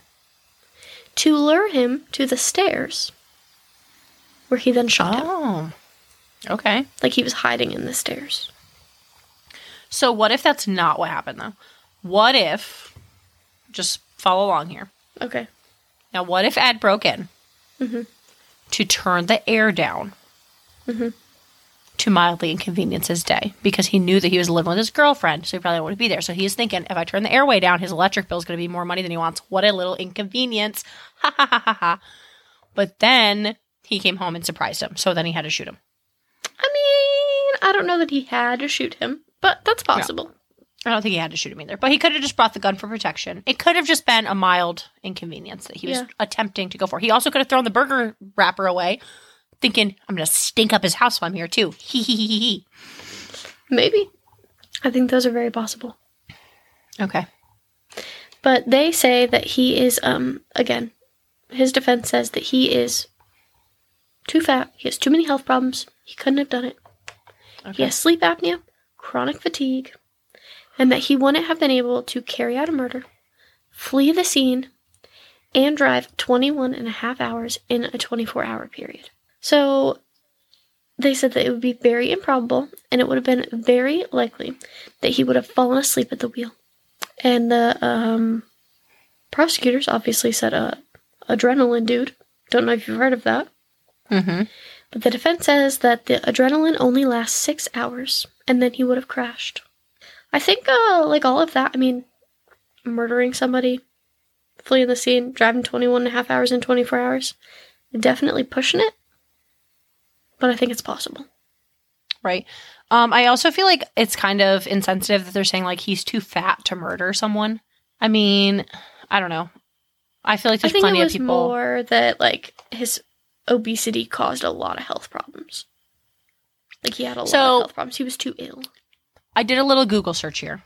[SPEAKER 2] to lure him to the stairs, where he then shot him.
[SPEAKER 3] Oh. Okay.
[SPEAKER 2] Like he was hiding in the stairs.
[SPEAKER 3] So what if that's not what happened though? What if just follow along here.
[SPEAKER 2] Okay.
[SPEAKER 3] Now what if Ed broke in to turn the air down? To mildly inconvenience his day because he knew that he was living with his girlfriend, so he probably wouldn't be there. So he's thinking, if I turn the air way down, his electric bill is going to be more money than he wants. What a little inconvenience! Ha ha ha ha ha. But then he came home and surprised him, so then he had to shoot him.
[SPEAKER 2] I mean, I don't know that he had to shoot him, but that's possible.
[SPEAKER 3] I don't think he had to shoot him either, but he could have just brought the gun for protection. It could have just been a mild inconvenience that he was
[SPEAKER 2] Yeah.
[SPEAKER 3] attempting to go for. He also could have thrown the burger wrapper away, thinking, I'm going to stink up his house while I'm here, too. Hee hee hee hee hee.
[SPEAKER 2] Maybe. I think those are very possible.
[SPEAKER 3] Okay.
[SPEAKER 2] But they say that he is, um, again, his defense says that he is too fat, he has too many health problems, he couldn't have done it. He
[SPEAKER 3] Okay.
[SPEAKER 2] has sleep apnea, chronic fatigue, and that he wouldn't have been able to carry out a murder, flee the scene, and drive 21 and a half hours in a 24 hour period. So they said that it would be very improbable and it would have been very likely that he would have fallen asleep at the wheel. And the um, prosecutors obviously said, uh, adrenaline dude. Don't know if you've heard of that.
[SPEAKER 3] Mm-hmm.
[SPEAKER 2] But the defense says that the adrenaline only lasts six hours, and then he would have crashed. I think, uh, like all of that, I mean, murdering somebody, fleeing the scene, driving 21 and a half hours in 24 hours, definitely pushing it. But I think it's possible.
[SPEAKER 3] Right. Um, I also feel like it's kind of insensitive that they're saying, like, he's too fat to murder someone. I mean, I don't know. I feel like
[SPEAKER 2] I
[SPEAKER 3] there's
[SPEAKER 2] think it
[SPEAKER 3] plenty of
[SPEAKER 2] was
[SPEAKER 3] people.
[SPEAKER 2] more that like his obesity caused a lot of health problems. Like he had a lot
[SPEAKER 3] So-
[SPEAKER 2] of health problems. He was too ill.
[SPEAKER 3] I did a little Google search here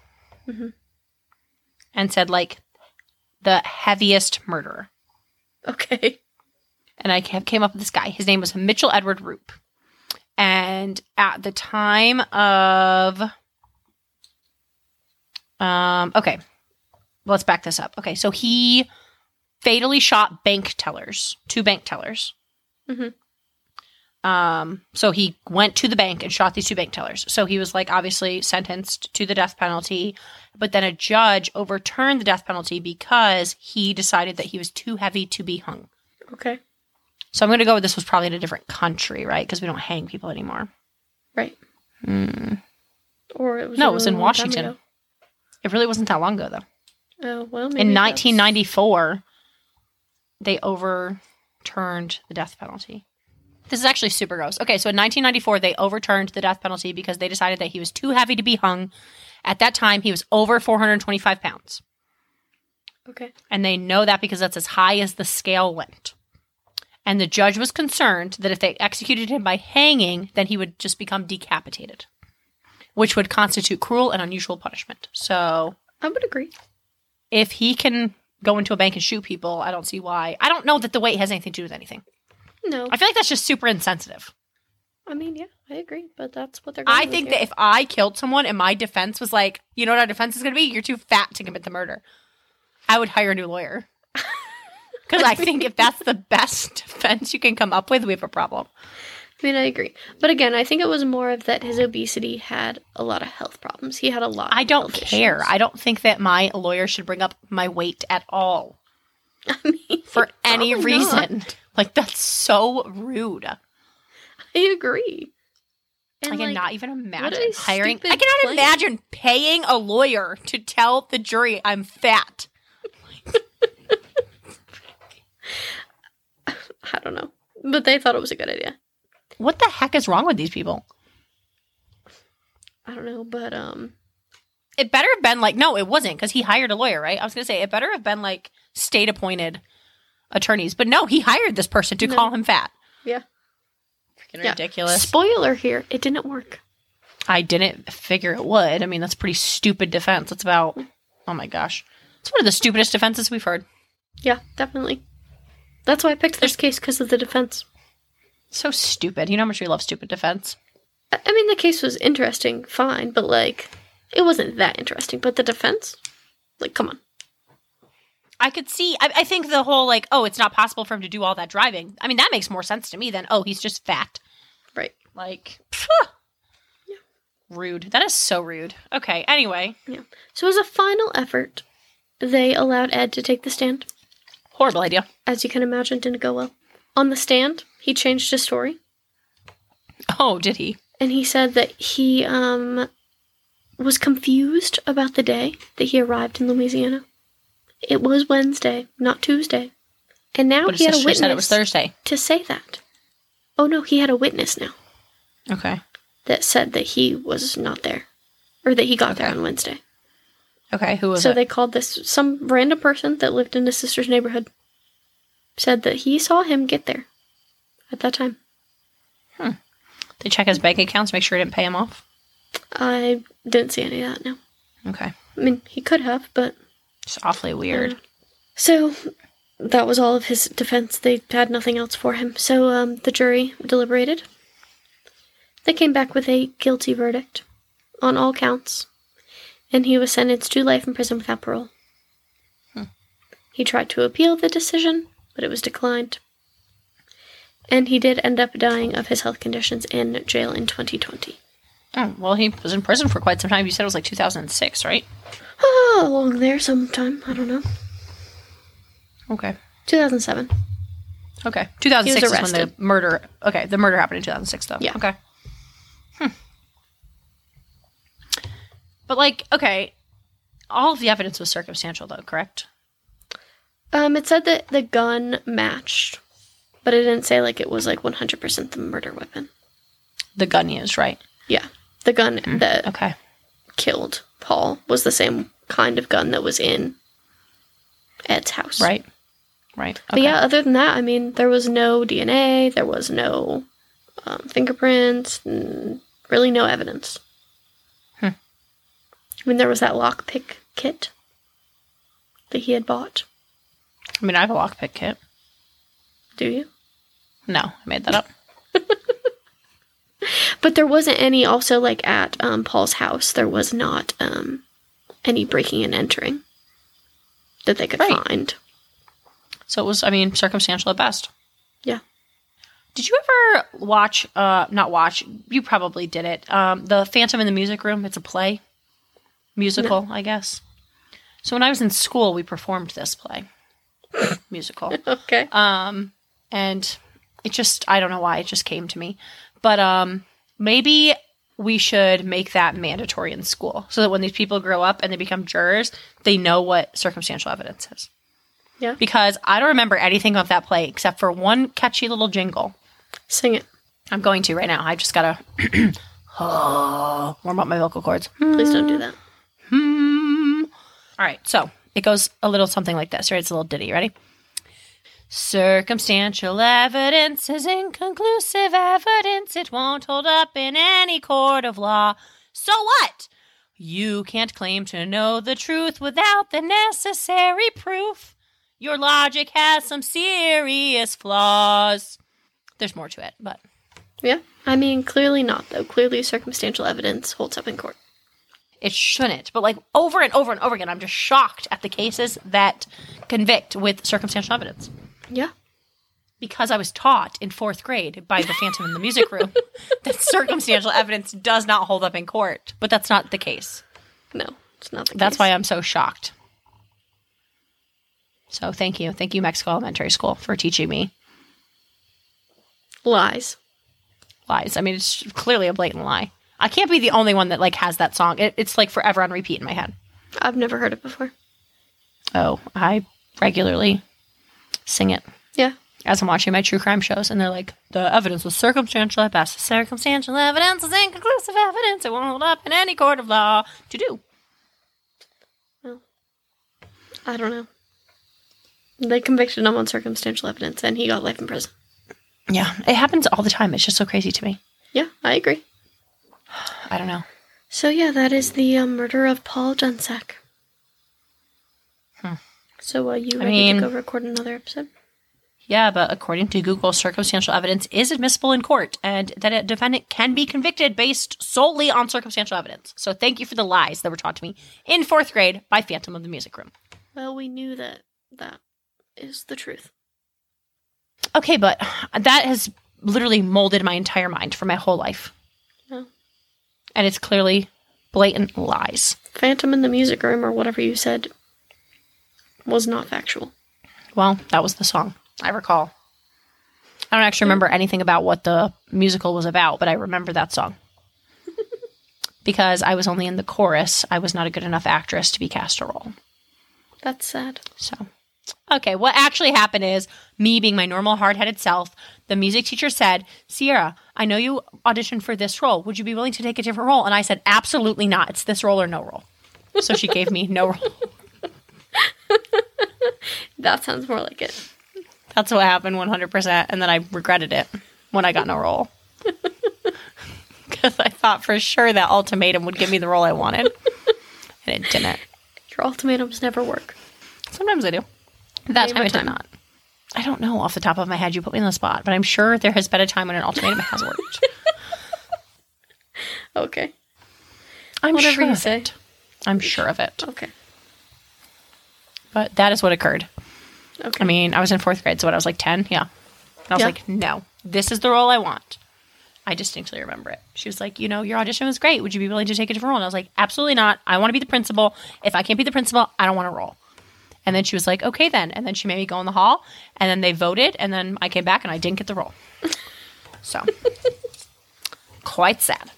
[SPEAKER 2] Mhm.
[SPEAKER 3] and said like the heaviest murderer.
[SPEAKER 2] Okay.
[SPEAKER 3] And I ca- came up with this guy. His name was Mitchell Edward Roop. And at the time of um okay. Let's back this up. Okay, so he fatally shot bank tellers, two bank tellers.
[SPEAKER 2] Mhm.
[SPEAKER 3] Um, so he went to the bank and shot these two bank tellers. So he was like obviously sentenced to the death penalty, but then a judge overturned the death penalty because he decided that he was too heavy to be hung.
[SPEAKER 2] Okay.
[SPEAKER 3] So I'm going to go with this was probably in a different country, right? Because we don't hang people anymore.
[SPEAKER 2] Right. Or it was
[SPEAKER 3] No, it was
[SPEAKER 2] really
[SPEAKER 3] in
[SPEAKER 2] long time
[SPEAKER 3] Washington.
[SPEAKER 2] ago.
[SPEAKER 3] It really wasn't that long ago, though.
[SPEAKER 2] Oh well, maybe
[SPEAKER 3] in
[SPEAKER 2] that's-
[SPEAKER 3] 1994, they overturned the death penalty. This is actually super gross. Okay, so in 1994, they overturned the death penalty because they decided that he was too heavy to be hung. At that time, he was over 425 pounds.
[SPEAKER 2] Okay.
[SPEAKER 3] And they know that because that's as high as the scale went. And the judge was concerned that if they executed him by hanging, then he would just become decapitated, which would constitute cruel and unusual punishment. So
[SPEAKER 2] I would agree.
[SPEAKER 3] if he can go into a bank and shoot people, I don't see why. I don't know that the weight has anything to do with anything.
[SPEAKER 2] No,
[SPEAKER 3] I feel like that's just super insensitive.
[SPEAKER 2] I mean, yeah, I agree, but that's what they're. Going
[SPEAKER 3] I think that if I killed someone and my defense was like, you know what our defense is going to be? You're too fat to commit the murder. I would hire a new lawyer. Because I think if that's the best defense you can come up with, we have a problem.
[SPEAKER 2] I mean, I agree, but again, I think it was more of that his obesity had a lot of health problems. He had a lot.
[SPEAKER 3] I
[SPEAKER 2] of
[SPEAKER 3] don't
[SPEAKER 2] health
[SPEAKER 3] care.
[SPEAKER 2] issues.
[SPEAKER 3] I don't think that my lawyer should bring up my weight at all
[SPEAKER 2] I mean,
[SPEAKER 3] for any
[SPEAKER 2] probably not.
[SPEAKER 3] reason. Like, that's so rude.
[SPEAKER 2] I agree. And
[SPEAKER 3] I
[SPEAKER 2] like,
[SPEAKER 3] cannot even imagine
[SPEAKER 2] a
[SPEAKER 3] hiring. I
[SPEAKER 2] stupid
[SPEAKER 3] cannot
[SPEAKER 2] plan.
[SPEAKER 3] imagine paying a lawyer to tell the jury I'm fat.
[SPEAKER 2] I don't know, but they thought it was a good idea.
[SPEAKER 3] What the heck is wrong with these people?
[SPEAKER 2] I don't know, but um,
[SPEAKER 3] It better have been like, no, it wasn't because he hired a lawyer, right? I was going to say, it better have been like state appointed attorneys. But no, he hired this person to
[SPEAKER 2] No.
[SPEAKER 3] call him fat.
[SPEAKER 2] Yeah.
[SPEAKER 3] Freaking
[SPEAKER 2] Yeah.
[SPEAKER 3] ridiculous.
[SPEAKER 2] spoiler here, it didn't work.
[SPEAKER 3] I didn't figure it would. I mean, that's pretty stupid defense. It's about, oh my gosh. It's one of the stupidest defenses we've heard.
[SPEAKER 2] Yeah, definitely. That's why I picked this case because of the defense.
[SPEAKER 3] So stupid. You know how much we love stupid defense?
[SPEAKER 2] I I mean, the case was interesting, fine, but like, it wasn't that interesting. But the defense, like, come on.
[SPEAKER 3] I could see. I, I think the whole like, oh, it's not possible for him to do all that driving. I mean, that makes more sense to me than oh, he's just fat.
[SPEAKER 2] Right.
[SPEAKER 3] Like, rude. That is so rude. Okay. Anyway,
[SPEAKER 2] So, as a final effort, they allowed Ed to take the stand.
[SPEAKER 3] horrible idea.
[SPEAKER 2] As you can imagine, didn't go well. On the stand, he changed his story
[SPEAKER 3] Oh, did he?
[SPEAKER 2] and he said that he um, was confused about the day that he arrived in Louisiana. It was Wednesday, not Tuesday. And now
[SPEAKER 3] But his
[SPEAKER 2] he had a
[SPEAKER 3] sister
[SPEAKER 2] witness
[SPEAKER 3] said it was Thursday.
[SPEAKER 2] to say that. Oh no, he had a witness now.
[SPEAKER 3] Okay.
[SPEAKER 2] that said that he was not there or that he got there
[SPEAKER 3] Okay.
[SPEAKER 2] on Wednesday.
[SPEAKER 3] Okay. Who was
[SPEAKER 2] so
[SPEAKER 3] it?
[SPEAKER 2] they called this some random person that lived in his sister's neighborhood said that he saw him get there at that time.
[SPEAKER 3] they check his bank accounts, make sure he didn't pay him off.
[SPEAKER 2] I didn't see any of that. No,
[SPEAKER 3] Okay.
[SPEAKER 2] I mean he could have, but
[SPEAKER 3] It's awfully weird.
[SPEAKER 2] so that was all of his defense. They had nothing else for him. So um, the jury deliberated. They came back with a guilty verdict on all counts, and he was sentenced to life in prison without parole. He tried to appeal the decision, but it was declined. And he did end up dying of his health conditions in jail in 2020.
[SPEAKER 3] Oh, well, he was in prison for quite some time. You said it was like 2006, right?
[SPEAKER 2] Oh, along there sometime. I don't know.
[SPEAKER 3] Okay.
[SPEAKER 2] 2007.
[SPEAKER 3] Okay. 2006 is when the
[SPEAKER 2] arrested.
[SPEAKER 3] murder. Okay, the murder happened in 2006, though.
[SPEAKER 2] Yeah.
[SPEAKER 3] Okay. Hmm. But like, okay, all of the evidence was circumstantial, though. Correct.
[SPEAKER 2] Um, it said that the gun matched, but it didn't say like it was like 100% the murder weapon.
[SPEAKER 3] The gun used, right?
[SPEAKER 2] Yeah, the
[SPEAKER 3] Mm-hmm.
[SPEAKER 2] gun that
[SPEAKER 3] Okay.
[SPEAKER 2] killed Paul was the same kind of gun that was in Ed's house.
[SPEAKER 3] Right. Right.
[SPEAKER 2] But yeah, other than that, I mean, there was no DNA, there was no um, fingerprints, n- really no evidence.
[SPEAKER 3] Hmm.
[SPEAKER 2] I mean, there was that lockpick kit that he had bought.
[SPEAKER 3] I mean, I have a lockpick kit.
[SPEAKER 2] Do you?
[SPEAKER 3] No, I made that up.
[SPEAKER 2] But there wasn't any. Also, like at um, Paul's house, there was not um, any breaking and entering that they could
[SPEAKER 3] Right.
[SPEAKER 2] find.
[SPEAKER 3] So it was, I mean, circumstantial at best.
[SPEAKER 2] Yeah.
[SPEAKER 3] Did you ever watch, uh, not watch, you probably did it, um, The Phantom in the Music Room? It's a play, musical, I guess. So when I was in school, we performed this play, musical.
[SPEAKER 2] Okay.
[SPEAKER 3] Um, and it just, I don't know why, it just came to me. But um, maybe we should make that mandatory in school so that when these people grow up and they become jurors, they know what circumstantial evidence is.
[SPEAKER 2] Yeah.
[SPEAKER 3] Because I don't remember anything of that play except for one catchy little jingle.
[SPEAKER 2] Sing it.
[SPEAKER 3] I'm going to right now. I just gotta warm up my vocal cords.
[SPEAKER 2] Please don't do that.
[SPEAKER 3] All right, so it goes a little something like this, right? It's a little ditty. Ready? Circumstantial evidence is inconclusive evidence. It won't hold up in any court of law. So what? You can't claim to know the truth without the necessary proof. Your logic has some serious flaws. There's more to it, but
[SPEAKER 2] Yeah. I mean, clearly not, though. Clearly, circumstantial evidence holds up in court.
[SPEAKER 3] it shouldn't. But like over and over and over again, I'm just shocked at the cases that convict with circumstantial evidence.
[SPEAKER 2] Yeah.
[SPEAKER 3] because I was taught in fourth grade by the Phantom in the Music Room that circumstantial evidence does not hold up in court. But that's not the case.
[SPEAKER 2] No, it's not the
[SPEAKER 3] That's
[SPEAKER 2] case.
[SPEAKER 3] why I'm so shocked. So thank you. Thank you, Mexico Elementary School, for teaching me
[SPEAKER 2] Lies.
[SPEAKER 3] lies. I mean, it's clearly a blatant lie. I can't be the only one that like has that song. It, it's like forever on repeat in my head.
[SPEAKER 2] I've never heard it before.
[SPEAKER 3] Oh, I regularly sing it.
[SPEAKER 2] Yeah.
[SPEAKER 3] as I'm watching my true crime shows, and they're like, the evidence was circumstantial at best. Circumstantial evidence is inconclusive evidence. It won't hold up in any court of law. To do.
[SPEAKER 2] I don't know. They convicted him on circumstantial evidence and he got life in prison.
[SPEAKER 3] Yeah, it happens all the time. It's just so crazy to me.
[SPEAKER 2] Yeah, I agree.
[SPEAKER 3] I don't know.
[SPEAKER 2] So, yeah, that is the um, murder of Paul Dunsack. So, uh, you ready
[SPEAKER 3] Hmm. mean-
[SPEAKER 2] to go record another episode?
[SPEAKER 3] Yeah, but according to Google, circumstantial evidence is admissible in court, and that a defendant can be convicted based solely on circumstantial evidence. So thank you for the lies that were taught to me in fourth grade by Phantom of the Music Room.
[SPEAKER 2] Well, we knew that that is the truth.
[SPEAKER 3] Okay, but that has literally molded my entire mind for my whole life.
[SPEAKER 2] Yeah.
[SPEAKER 3] And it's clearly blatant lies.
[SPEAKER 2] Phantom in the music room or whatever you said was not factual.
[SPEAKER 3] Well, that was the song. I recall. I don't actually remember anything about what the musical was about, but I remember that song. because I was only in the chorus. I was not a good enough actress to be cast a role.
[SPEAKER 2] That's sad.
[SPEAKER 3] So, okay, what actually happened is me being my normal hard headed self, the music teacher said, Sierra, I know you auditioned for this role. Would you be willing to take a different role? And I said, Absolutely not. It's this role or no role. So she gave me no role.
[SPEAKER 2] That sounds more like it.
[SPEAKER 3] That's what happened 100%. And then I regretted it when I got no role. Because I thought for sure that ultimatum would give me the role I wanted. And it didn't.
[SPEAKER 2] Your ultimatums never work.
[SPEAKER 3] Sometimes I do. That
[SPEAKER 2] Name
[SPEAKER 3] time
[SPEAKER 2] a
[SPEAKER 3] it did
[SPEAKER 2] time.
[SPEAKER 3] not. I don't know off the top of my head. You put me on the spot, but I'm sure there has been a time when an ultimatum has worked.
[SPEAKER 2] Okay.
[SPEAKER 3] I'm
[SPEAKER 2] Whatever
[SPEAKER 3] sure
[SPEAKER 2] you
[SPEAKER 3] of
[SPEAKER 2] say.
[SPEAKER 3] it. I'm sure of it.
[SPEAKER 2] Okay.
[SPEAKER 3] But that is what occurred.
[SPEAKER 2] Okay.
[SPEAKER 3] I mean, I was in fourth grade, so what, I was like 10? Yeah. And I was
[SPEAKER 2] Yeah.
[SPEAKER 3] like, no, this is the role I want. I distinctly remember it. She was like, you know, your audition was great. Would you be willing to take a different role? And I was like, absolutely not. I want to be the principal. If I can't be the principal, I don't want to roll. And then she was like, okay, then. And then she made me go in the hall, and then they voted, and then I came back and I didn't get the role. So, quite sad.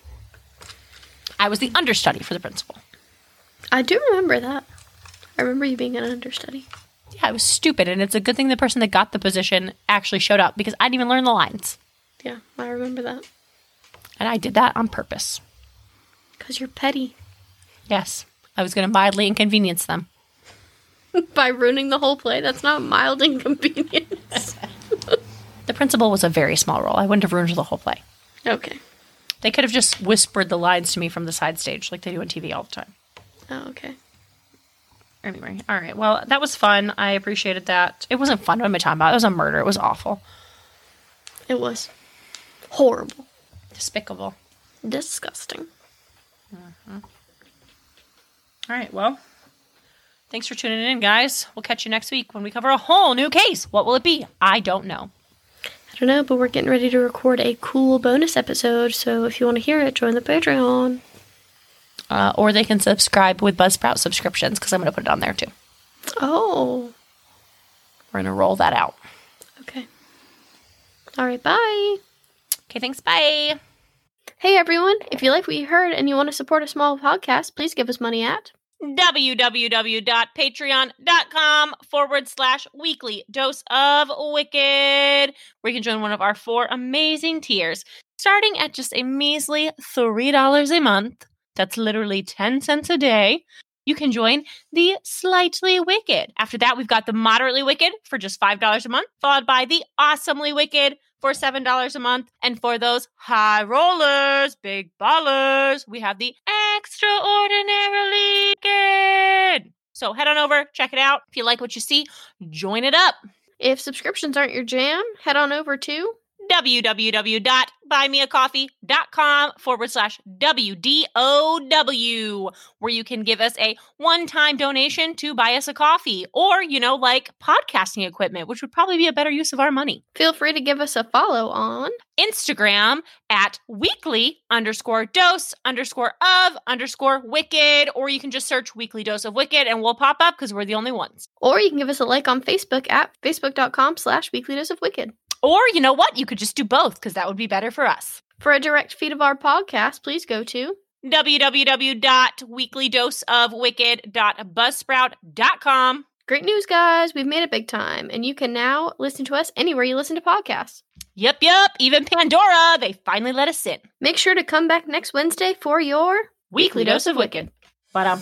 [SPEAKER 3] I was the understudy for the principal.
[SPEAKER 2] I do remember that. I remember you being an understudy.
[SPEAKER 3] Yeah, I was stupid, and it's a good thing the person that got the position actually showed up because I didn't even learn the lines.
[SPEAKER 2] Yeah, I remember that.
[SPEAKER 3] And I did that on purpose.
[SPEAKER 2] Because you're petty.
[SPEAKER 3] Yes. I was going to mildly inconvenience them.
[SPEAKER 2] by ruining the whole play. That's not mild inconvenience.
[SPEAKER 3] The principal was a very small role. I wouldn't have ruined the whole play.
[SPEAKER 2] okay.
[SPEAKER 3] They could have just whispered the lines to me from the side stage like they do on TV all the time.
[SPEAKER 2] Oh, okay.
[SPEAKER 3] Anyway, all right. Well, that was fun. I appreciated that. It wasn't fun. What am I talking about? It was a murder. It was awful.
[SPEAKER 2] It was horrible.
[SPEAKER 3] Despicable.
[SPEAKER 2] Disgusting.
[SPEAKER 3] All right. Well, thanks for tuning in, guys. We'll catch you next week when we cover a whole new case. What will it be? I don't know.
[SPEAKER 2] I don't know, but we're getting ready to record a cool bonus episode, so if you want to hear it, join the Patreon.
[SPEAKER 3] Uh, or they can subscribe with Buzzsprout subscriptions because I'm going to put it on there too.
[SPEAKER 2] Oh,
[SPEAKER 3] We're going to roll that out.
[SPEAKER 2] okay. All right, bye.
[SPEAKER 3] Okay. Thanks. Bye.
[SPEAKER 2] Hey everyone, if you like what you heard and you want to support a small podcast, please give us money at
[SPEAKER 3] www.patreon.com forward slash weekly dose of wicked, where you can join one of our four amazing tiers, starting at just a measly $3 a month. That's literally 10 cents a day. You can join the slightly wicked. After that, we've got the moderately wicked for just $5 a month, followed by the awesomely wicked for $7 a month. And for those high rollers, big ballers, we have the extraordinarily good. So head on over, check it out. If you like what you see, join it up.
[SPEAKER 2] If subscriptions aren't your jam, head on over to
[SPEAKER 3] www.buymeacoffee.com forward slash WDOW, where you can give us a one time donation to buy us a coffee or, you know, like podcasting equipment, which would probably be a better use of our money.
[SPEAKER 2] feel free to give us a follow on
[SPEAKER 3] Instagram at weekly underscore dose underscore of underscore wicked, or you can just search weekly dose of wicked and we'll pop up because we're the only ones.
[SPEAKER 2] or you can give us a like on Facebook at facebook.com slash weekly dose of wicked.
[SPEAKER 3] Or you know what? You could just do both because that would be better for us.
[SPEAKER 2] For a direct feed of our podcast, please go to
[SPEAKER 3] www.weeklydoseofwicked.buzzsprout.com.
[SPEAKER 2] Great news guys, we've made it big time and you can now listen to us anywhere you listen to podcasts.
[SPEAKER 3] Yep, yep. Even Pandora, they finally let us in.
[SPEAKER 2] Make sure to come back next Wednesday for your
[SPEAKER 3] Weekly dose of wicked. But um.